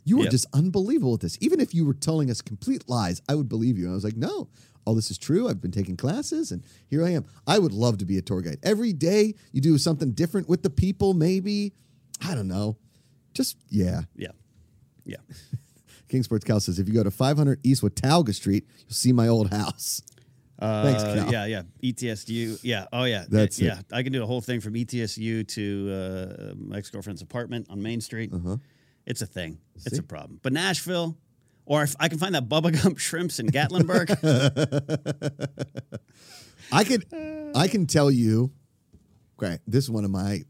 you are
Yeah.
just unbelievable at this. Even if you were telling us complete lies, I would believe you. And I was like, no, all this is true. I've been taking classes, and here I am. I would love to be a tour guide. Every day you do something different with the people. Maybe I don't know. Just yeah.
Yeah. Yeah.
Kingsports Cal says if you go to 500 East Watauga Street, you'll see my old house. Thanks,
Uh,
Cal.
Yeah, yeah. ETSU. Yeah. Oh, yeah.
That's it.
yeah. I can do a whole thing from E ETSU to uh, my ex girlfriend's apartment on Main Street.
Uh-huh.
It's a thing. It's a problem. But Nashville, or if I can find that Bubba Gump shrimps in Gatlinburg.
I could, I can tell you. Okay, this is one of my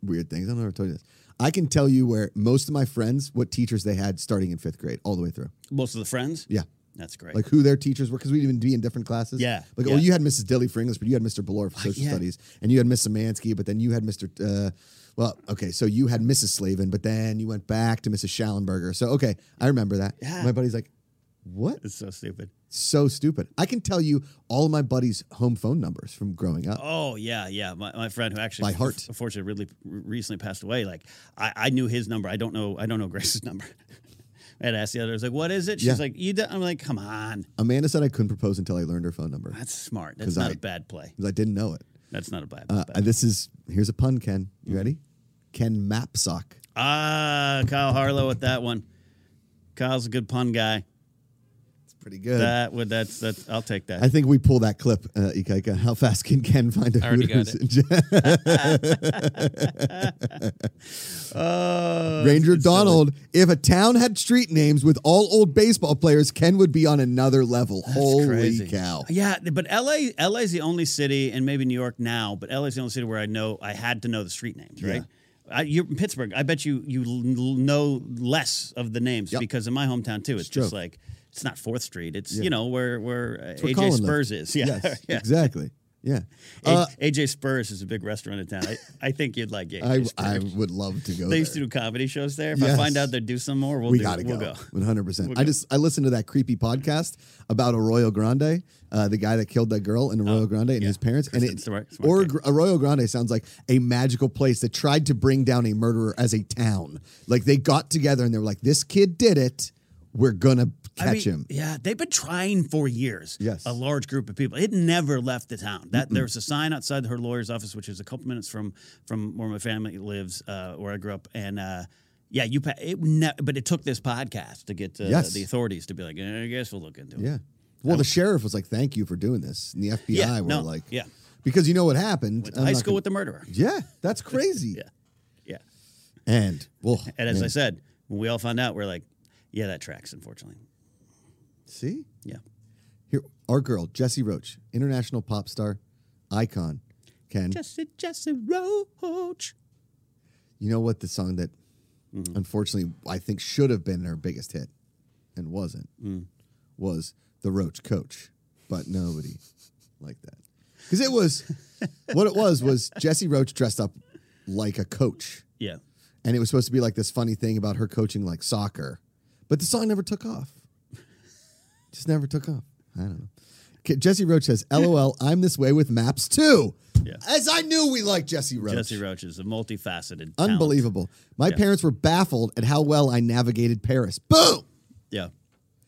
weird things. I've never told you this. I can tell you where most of my friends, what teachers they had starting in fifth grade all the way through.
Most of the friends.
Yeah,
That's great.
like who their teachers were because we'd even be in different classes.
Yeah,
like
yeah.
oh, you had Mrs. Dilly for English, but you had Mr. Ballore for social
yeah.
studies, and you had Miss Samansky, but then you had Mr. Uh, well, okay, so you had Mrs. Slavin, but then you went back to Mrs. Schallenberger. So okay, I remember that.
Yeah.
My buddy's like, what?
it's so stupid.
So stupid. I can tell you all of my buddies' home phone numbers from growing up.
Oh yeah, yeah. My, my friend who actually
By heart.
unfortunately, really recently passed away. Like I, I knew his number. I don't know. I don't know Grace's number. I had asked the other. I was like, "What is it?" She's
Yeah.
like, "You." do-" I'm like, "Come on,
Amanda said I couldn't propose until I learned her phone number
that's smart.
'Cause
That's not
I-
a bad play.
because I didn't know it.
That's not a bad."
Uh,
bad-
this is here's a pun, Ken.
Mm-hmm.
You ready? Ken Mapsock.
Ah, Kyle Harlow with that one. Kyle's a good pun guy.
It's pretty good.
That would that's that's I'll take that.
I think we pull that clip, uh, Ikaika. How fast can Ken find a
I already got Uh,
Hooters? Ranger Donald. If a town had street names with all old baseball players, Ken would be on another level. Holy cow!
Yeah, but LA LA's the only city and maybe New York now, but LA's the only city where I know I had to know the street names, right? I, you're in Pittsburgh. I bet you you l- know less of the names
Yep.
because in my hometown too, it's,
true.
just like it's not Fourth Street. It's you know where where, uh,
where
AJ
Colin lived.
Spurs is. Yeah,
Yes,
yeah.
exactly. Yeah.
A-
Uh,
AJ Spurs is a big restaurant in town. I, I think you'd like AJ
I,
Spurs.
I would love to go.
they
there.
used to do comedy shows there. If I
Yes.
find out they do some more, we'll
we
do,
gotta
we'll
go.
go.
100%. I just I listened to that creepy podcast about Arroyo Grande, uh, the guy that killed that girl in Arroyo Grande and his parents. And
Kristen
it,
Stewart, Oh, smart
or
kid.
Arroyo Grande sounds like a magical place that tried to bring down a murderer as a town. Like they got together and they were like, "This kid did it. We're gonna
I mean,
catch him."
Yeah, they've been trying for years.
Yes.
a large group of people. It never left the town. That there was a sign outside her lawyer's office, which is a couple minutes from from where my family lives, uh, where I grew up, and. Uh, yeah, you. Pa- it ne- but it took this podcast to get uh,
Yes.
the authorities to be like, eh, I guess we'll look into it.
Yeah. Well, the sheriff was like, "Thank you for doing this," and the FBI
Yeah,
were
no,
like,
yeah.
because you know what happened."
Went to
I'm
high
not
school
gonna-
with the murderer.
yeah, that's crazy.
Yeah. Yeah.
And well,
And as I
man,
said, when we all found out, we're like, yeah, that tracks, unfortunately.
see,
Yeah.
Here, our girl Jessie Roach, international pop star, icon. Ken,
Jesse, Jesse Roach.
you know what? The song that, unfortunately, I think should have been her biggest hit, and wasn't, was the Roach Coach. But nobody liked that because it was what it was was Jessie Roach dressed up like a coach,
Yeah.
and it was supposed to be like this funny thing about her coaching like soccer, but the song never took off. Just never took off. I don't know. Okay, Jesse Roach says, "LOL, I'm this way with maps too."
Yeah.
As I knew, we liked Jesse Roach.
Jesse Roach is a multifaceted. talent.
Unbelievable. My parents were baffled at how well I navigated Paris. Boom!
Yeah.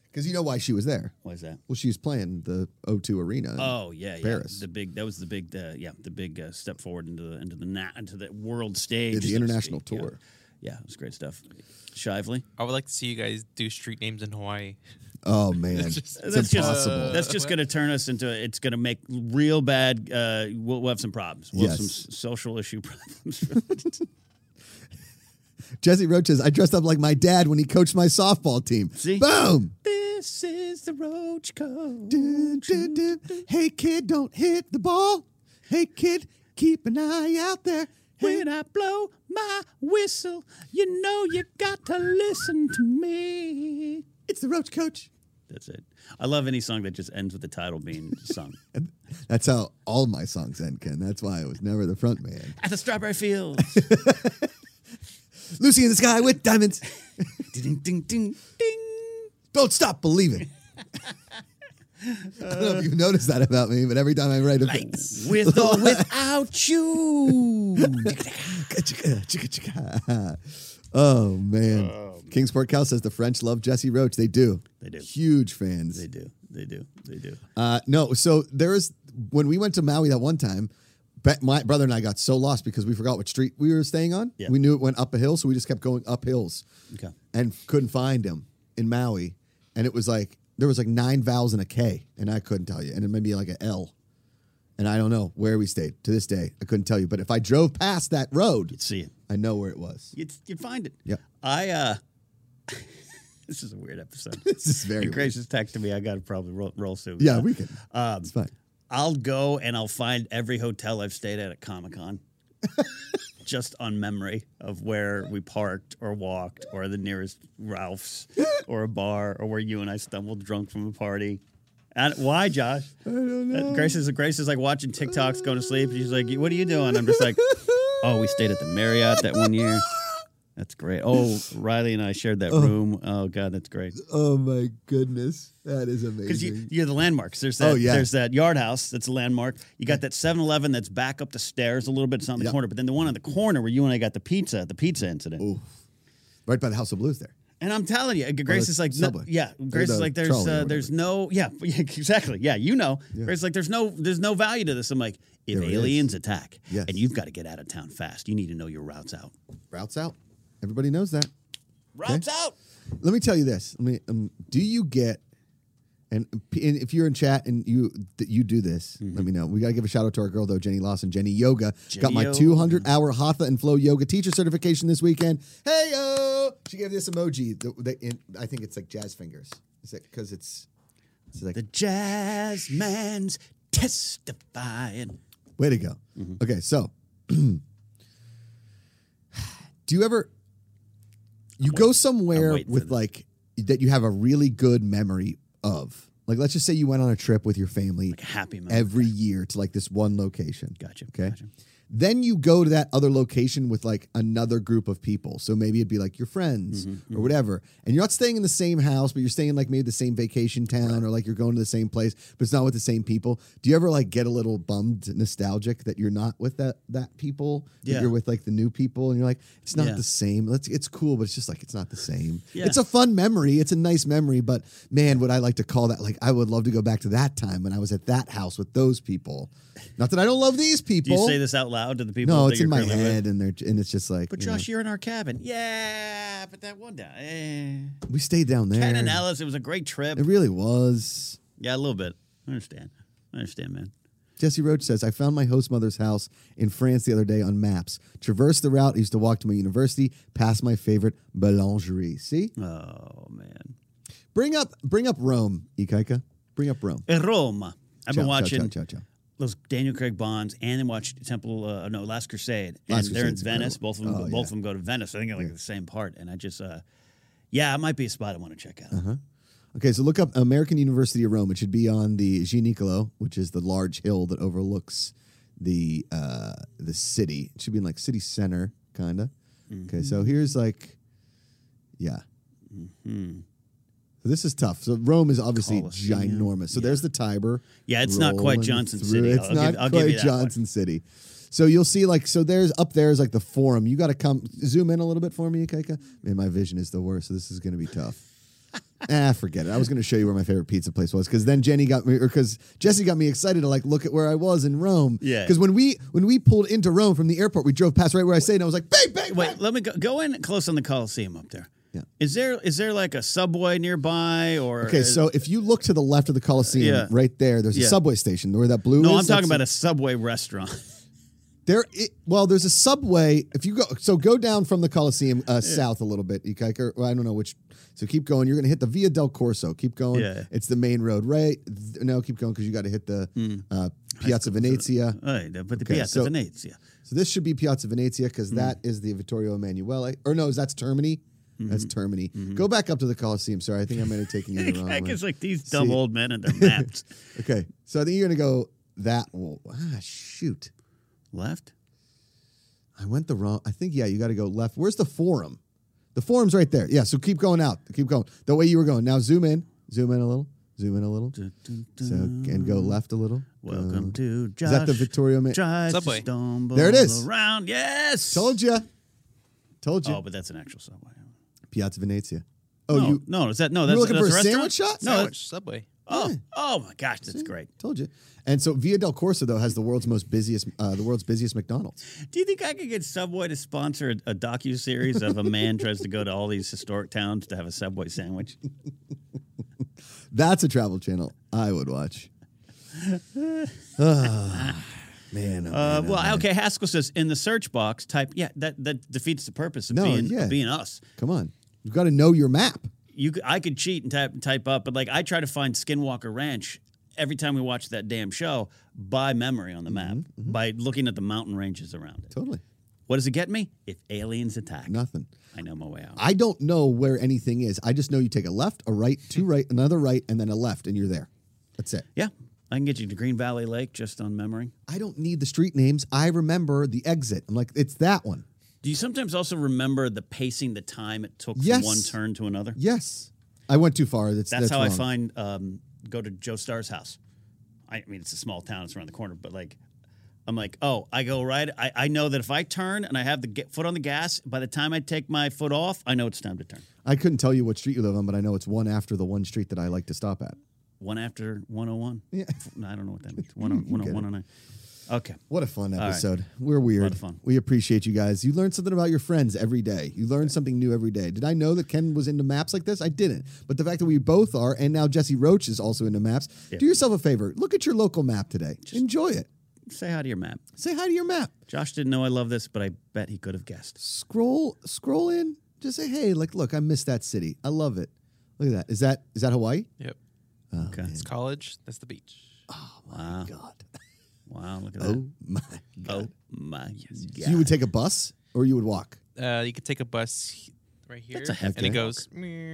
Because you know why she was there.
Why is that?
Well, she was playing the O2 Arena.
Oh yeah, yeah.
Paris.
The big that was the big uh, yeah the big uh, step forward into the into the na- into the world stage,
Did the
so to
international
speak. Yeah.
tour.
Yeah. it was great stuff. Shively.
I would like to see you guys do street names in Hawaii.
Oh man,
just-
it's
that's
impossible.
Just, that's just going to turn us into. It's going to make real bad. Uh, we'll, we'll have some problems. We'll have
Yes.
some s- social issue problems.
Jesse Roach says, "I dressed up like my dad when he coached my softball team."
See?
Boom!
this is the Roach Code.
Dun, dun, dun. Hey kid, don't hit the ball. Hey kid, keep an eye out there. Hey,
When I blow my whistle, you know you got to listen to me.
it's the Roach coach.
That's it. I love any song that just ends with the title being sung.
That's how all my songs end, Ken. That's why I was never the front man.
At the strawberry fields.
Lucy in the sky with diamonds.
ding, ding, ding, ding.
Don't stop believing. I don't know if you've noticed that about me, but every time I write a
With or without you.
Chicka, chicka, chicka. Oh man. Kingsport Cal says the French love Jesse Roach. They do.
They do.
Huge fans.
they do. They do. They do.
Uh, no, so there is when we went to Maui that one time. be- My brother and I got so lost because we forgot what street we were staying on.
Yeah.
We knew it went up a hill, so we just kept going up hills,
Okay.
and couldn't find him in Maui. And it was like there was like nine vowels and a K, and I couldn't tell you. And it may be like a L, and I don't know where we stayed to this day. I couldn't tell you. But if I drove past that road,
You'd see it.
I know where it was.
You'd, you'd find it.
Yeah.
I, uh, this is a weird episode.
This is very
And
weird.
Grace just texted me. I got to probably roll, roll soon.
Yeah, we can.
Um,
It's fine.
I'll go and I'll find every hotel I've stayed at at Comic Con. Just on memory of where we parked or walked or the nearest Ralph's or a bar or where you and I stumbled drunk from a party. And why, Josh? I don't know. Grace is Grace is like watching TikToks, going to sleep. And she's like, "What are you doing?" I'm just like, "Oh, we stayed at the Marriott that one year. That's great. Oh, Riley and I shared that room. Oh, God, that's great."
Oh my goodness, that is
Because
amazing.
you, you're the landmarks. There's that.
Oh, yeah.
There's that yard house that's a landmark. You got that 7-Eleven that's back up the stairs a little bit. It's not in the
Yep.
corner, but then the one on the corner where you and I got the pizza, the pizza incident.
right by the House of Blues there.
And I'm telling you, uh, Grace
the
is like, no-
subway.
yeah. Grace
the
is like, there's,
trolley or
uh, there's no, yeah, yeah, exactly, yeah. You know, Grace is like, there's no, there's no value to this. I'm like, if
There is.
aliens attack,
Yes.
and you've got to get out of town fast, you need to know your routes out.
Routes out. Everybody knows that.
Routes out.
Let me tell you this. Let me. Um, do you get? And, p- and if you're in chat and you that you do this, let me know. We gotta give a shout out to our girl though, Jenny Lawson. Jenny Yoga got my
Mm-hmm. Jenny
200 hour Hatha and Flow Yoga teacher certification this weekend. Hey yo! She gave this emoji. The, the, in, I think it's like jazz fingers. Is it because it's? It's like
The jazz man's testifying.
Way to go.
Mm-hmm.
Okay, so do you ever you go somewhere
waiting for
with
this.
like that you have a really good memory of? Like let's just say you went on a trip with your family
Like a happy moment.
every year to like this one location.
Gotcha,
Okay.
gotcha.
Then you go to that other location with like another group of people. So maybe it'd be like your friends
Mm-hmm,
or whatever. And you're not staying in the same house, but you're staying in like maybe the same vacation town or like you're going to the same place, but it's not with the same people. Do you ever like get a little bummed nostalgic that you're not with that that people? that
Yeah.
You're with like the new people and you're like, it's not
Yeah.
the same. Let's it's cool, but it's just like it's not the same.
Yeah.
It's a fun memory. It's a nice memory, but man, would I like to call that like I would love to go back to that time when I was at that house with those people. Not that I don't love these
Do
people.
you say this out loud to the people?
no,
that
it's
you're
in my
currently with?
head, and they're and it's just like
But
you know,
Josh, you're in our cabin. Yeah, but that one down. Eh.
we stayed down there.
Ken and Alice, it was a great trip.
It really was.
Yeah, a little bit. I understand. I understand, man.
Jesse Roach says, I found my host mother's house in France the other day on maps. Traversed the route, I used to walk to my university, past my favorite boulangerie. See?
Oh man,
Bring up bring up Rome, Ikaika. Bring up Rome.
Eh, Roma. I've
Ciao,
been
ciao,
watching
ciao, ciao, ciao.
those Daniel Craig Bonds, and then watched Temple. Uh, no, Last Crusade. And
Last
they're in
Crusade's
Venice.
incredible.
Both of them.
Oh,
both
yeah.
of them go to Venice. I think they're like the same part. And I just, uh, yeah, it might be a spot I want to check out.
Uh-huh. Okay, so look up American University of Rome. It should be on the Ginicolo, which is the large hill that overlooks the uh, the city. It should be in like city center, kinda. Okay, so here's like, yeah.
Hmm.
So this is tough. So Rome is obviously
Colosseum,
ginormous. So there's the Tiber.
Yeah, it's not quite
rolling
Johnson
through.
City.
It's
I'll give-
not
I'll give
quite
you that one.
Johnson City. So you'll see, like, so there's up there is like the forum. You got to come zoom in a little bit for me, Ikeika. Man, my vision is the worst, so this is going to be tough. ah, forget it. I was going to show you where my favorite pizza place was because then Jenny got me, or because Jesse got me excited to like look at where I was in Rome.
Yeah.
Because when we when we pulled into Rome from the airport, we drove past right where I stayed, and I was like, "Bang, bang, bang!"
Wait, let me go, go in close on the Coliseum up there.
Yeah.
Is there is there like a subway nearby or
Okay, so if you look to the left of the Coliseum,
Yeah.
right there, there's a
Yeah.
subway station where that blue. is,
no, I'm
that's-
talking about a subway restaurant.
There, it, well, there's a subway. If you go, so go down from the Coliseum uh, south a little bit. You can, or, well, I don't know which. So keep going. You're gonna hit the Via del Corso. Keep going.
Yeah.
It's the main road, right? Th- no, keep going because you got to hit the uh, Piazza Venezia.
Hey, but the
Okay,
Piazza
so-
Venezia.
So this should be Piazza Venezia because that is the Vittorio Emanuele. Or no, is that's Termini? That's Termini. Go back up to the Coliseum. Sorry, I think I might have taken you the wrong way.
It's like these dumb
See.
old men and their maps.
Okay, so I think you're gonna go that. w- Ah, shoot.
Left?
I went the wrong. I think yeah, you got to go left. Where's the forum? The forum's right there. Yeah, so keep going out. Keep going the way you were going. Now zoom in, zoom in a little, zoom in a little. So and go left a little.
Welcome
Go.
to Josh.
Is that the Victoria? Ma-
Tries
Subway.
To stumble
There it is.
Around. Yes.
Told you. Told you.
Oh, but that's an actual subway.
Piazza Venezia. Oh,
no,
you
no, is that no? That's
looking
that's
for a sandwich
restaurant?
shop?
No.
Sandwich,
that's-
Subway.
Oh, oh my gosh, that's great.
told you. And so Via del Corso though has the world's most busiest, uh, the world's busiest McDonald's.
Do you think I could get Subway to sponsor a, a docu series of a man tries to go to all these historic towns to have a Subway sandwich?
That's a travel channel I would watch. Ah, man, oh,
Uh,
man, oh,
well,
man.
okay. Haskell says in the search box, type yeah. That that defeats the purpose of
No,
being
yeah.
of being us.
come on, you've got to know your map.
You, c- I could cheat and type type up, but like I try to find Skinwalker Ranch every time we watch that damn show by memory on the
Mm-hmm,
map by looking at the mountain ranges around it.
Totally,
What does it get me? If aliens attack,
nothing.
I know my way out.
I don't know where anything is. I just know you take a left, a right, two right, another right, and then a left, and you're there. That's it.
yeah, I can get you to Green Valley Lake just on memory.
I don't need the street names. I remember the exit. I'm like, it's that one.
Do you sometimes also remember the pacing, the time it took
Yes.
from one turn to another?
Yes. I went too far. That's,
That's, how I
wrong.
find um, go to Joe Starr's house. I mean, it's a small town; it's around the corner, but like. I'm like, oh, I go right. I, I know that if I turn and I have the ga- foot on the gas, by the time I take my foot off, I know it's time to turn.
I couldn't tell you what street you live on, but I know it's one after the one street that I like to stop at.
One after 101. Yeah. No, I don't know what that means. oh, 101, 109. Okay.
What a fun
right.
episode. We're weird.
of fun.
We appreciate you guys. You learn something about your friends every day. You learn something new every day. Did I know that Ken was into maps like this? I didn't. But the fact that we both are, and now Jesse Roach is also into maps, do yourself a favor. Look at your local map today. Enjoy it.
Say hi to your map.
Say hi to your map.
Josh didn't know I love this, but I bet he could have guessed.
Scroll, scroll in. Just say, hey, like, look, I miss that city. I love it. Look at that. Is that is that Hawaii?
Yep.
Oh,
okay.
It's college. That's the beach.
Uh, Wow.
God.
Wow. Look at
Oh
that.
my
Oh,
God.
my God.
So you would take a bus or you would walk?
Uh, you could take a bus he- right here,
That's a
and
hefty
it
walk.
goes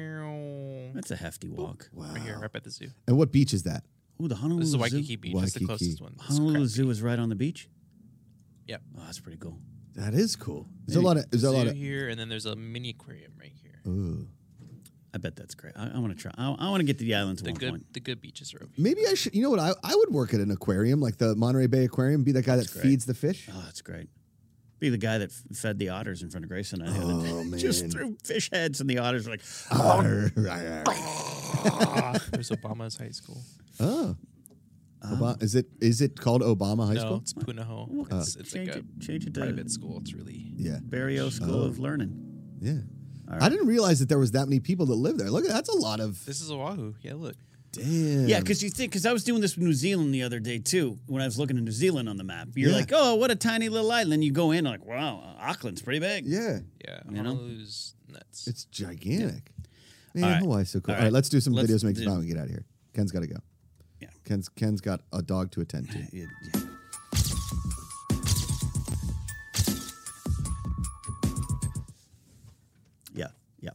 meow,
That's a hefty walk.
right here, right by the zoo.
And what beach is that?
Ooh, the Honolulu
This is
Zoo.
Waikiki Beach. That's the
Waikiki.
closest one. It's
Honolulu
crappy.
Zoo is right on the beach.
Yep.
Oh, that's pretty cool.
That is cool. Is there a lot of is there a lot
zoo
of
here, and then there's a mini aquarium right here.
Ooh.
I bet that's great. I, I want to try. I, I want to get to the islands at
The
one
good,
point.
the good beaches are over here.
Maybe I should. You know what? I, I would work at an aquarium, like the Monterey Bay Aquarium, be that guy that
great.
feeds the fish.
Oh, that's great. Be the guy that f- fed the otters in front of Grayson. I
Oh, man. Ah.
Just threw fish heads, and the otters were like,
Arr, arr, arr.
There's Obama's high school.
Oh,
Uh-huh.
Oba- is it is it called Obama High
no,
School?
it's Punahou. it's it's like
change
a
it, change it to
private school. It's really
Yeah,
Barrio School
Oh.
of Learning.
yeah. I didn't realize that there was that many people that live there. Look, that's a lot of.
This is Oahu. Yeah, look.
Damn.
Yeah, because you think because I was doing this with New Zealand the other day too. When I was looking at New Zealand on the map, you're
Yeah.
like, oh, what a tiny little island. You go in, like, wow, uh, Auckland's pretty big.
yeah,
Yeah,
You know?
Honolulu's nuts.
it's gigantic. Man,
All right.
Hawaii's so cool.
All
All right,
right.
let's do some
Let's
videos. Make
do-
smile and get out of here. Ken's got to go.
Yeah.
Ken's Ken's got a dog to attend to.
It- yeah. Yeah, yeah.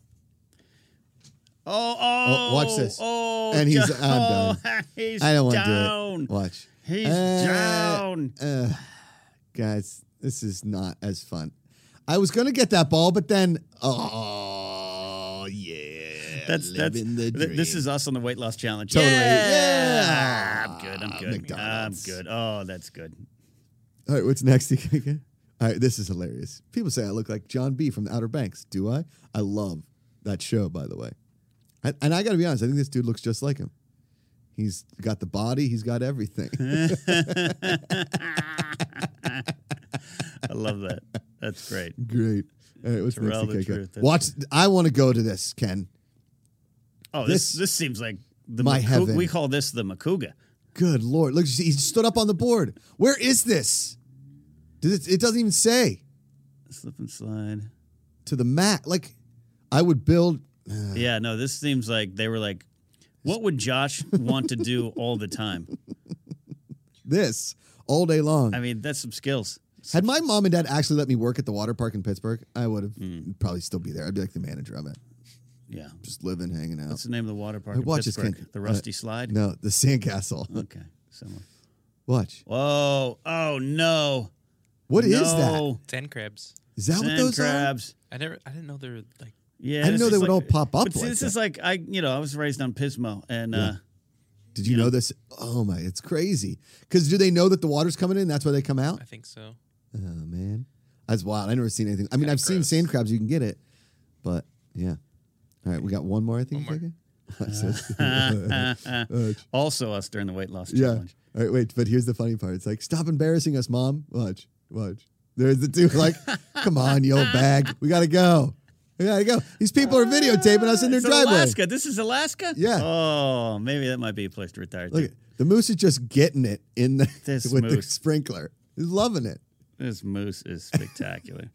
Oh, oh,
Oh, watch this.
Oh,
And he's-
Jo-
I'm
oh, he's
I don't want to do
down.
it. Watch.
He's
Uh,
down.
uh, guys, this is not as fun. I was gonna get that ball, but then oh yeah,
That's that's
living the
th- this
dream.
is us on the weight loss challenge.
Totally.
Yeah.
Yeah. Ah,
I'm good. I'm good.
McDonald's.
I'm good. Oh, that's good.
all right. What's next? all right, this is hilarious. People say I look like John B from The Outer Banks. Do I? I love that show, by the way. And, and I gotta be honest, I think this dude looks just like him. He's got the body. He's got everything.
I love that. That's great.
Great. All right, what's
Terrell the
next? Kika?
truth, that's
Watch. I want to go to this, Ken.
Oh, this
This-
this, seems like the
My
Macu-
heaven.
We call this the Makuga.
Good lord! Look, he stood up on the board. Where is this? Does it, it doesn't even say
Slip and slide.
to the mat. Like, I would build. uh,
Yeah, no, this seems like they were like, what would Josh want to do all the time?
this all day long.
I mean, that's some skills.
Had my mom and dad actually let me work at the water park in Pittsburgh, I would have
Hmm.
probably still be there. I'd be like the manager of it,
Yeah.
just living, hanging out.
What's the name of the water park?
Hey,
in
watch this,
Pittsburgh?
Ken.
The Rusty Slide?
no, the sandcastle.
Okay. Similar.
Watch.
Whoa. Oh, no.
What is that?
no.
sand crabs.
Is that what
Sand
those are?
crabs.
I never. I didn't know they were like.
Yeah,
I didn't
this
know they
is
would all pop up
But see,
like
this
that.
is like I, you know, I was raised on Pismo, and uh,
Did you know this? Oh my, it's crazy. Because do they know that the water's coming in? That's why they come out.
I think so.
Oh man, that's wild. I never seen anything. I mean, I've seen
gross.
sand crabs. You can get it, but yeah. All right, we got one more. I think. One
Uh, also us during the weight loss
yeah. All
challenge.
right, wait. But here's the funny part. It's like, stop embarrassing us, mom. Watch, watch. There's the two. Like, come on, you old bag. We gotta go. We gotta go. These people are videotaping us in their
It's
driveway.
Alaska. This is Alaska.
Yeah.
Oh, maybe that might be a place to retire.
Look,
To.
at, the moose is just getting it in the
This
with the
moose.
sprinkler. He's loving it.
This moose is spectacular.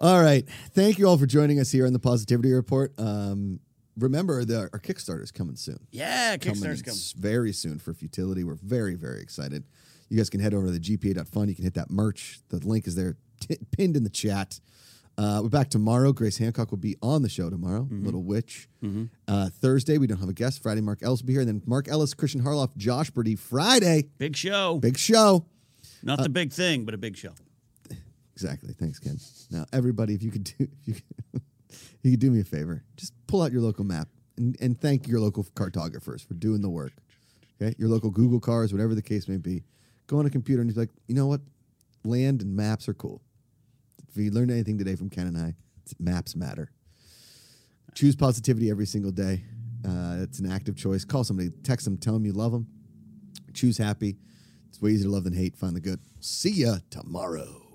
All right. Thank you all for joining us here on the Positivity Report. Um, remember, the, our Kickstarter is coming soon.
yeah,
Coming
Kickstarter's
in
coming.
s- very soon for Futility. We're very, very excited. You guys can head over to the GPA.fun. You can hit that merch. The link is there t- pinned in the chat. Uh, we're back tomorrow. Grace Hancock will be on the show tomorrow.
Mm-hmm.
Little Witch. Uh, Thursday, we don't have a guest. Friday, Mark Ellis will be here. And then Mark Ellis, Christian Harloff, Josh Brady. Friday,
Big uh, show.
big show.
Not the big thing, but a big show.
Exactly. Thanks, Ken. Now, everybody, if you could do, if you could, you could do me a favor, just pull out your local map and, and thank your local cartographers for doing the work. Okay, your local Google cars, whatever the case may be. go on a computer and he's like, you know what? Land and maps are cool. If you learned anything today from Ken and I, it's maps matter. Choose positivity every single day. Uh, it's an active choice. Call somebody, text them, tell them you love them. Choose happy. It's way easier to love than hate. Find the good. See ya tomorrow.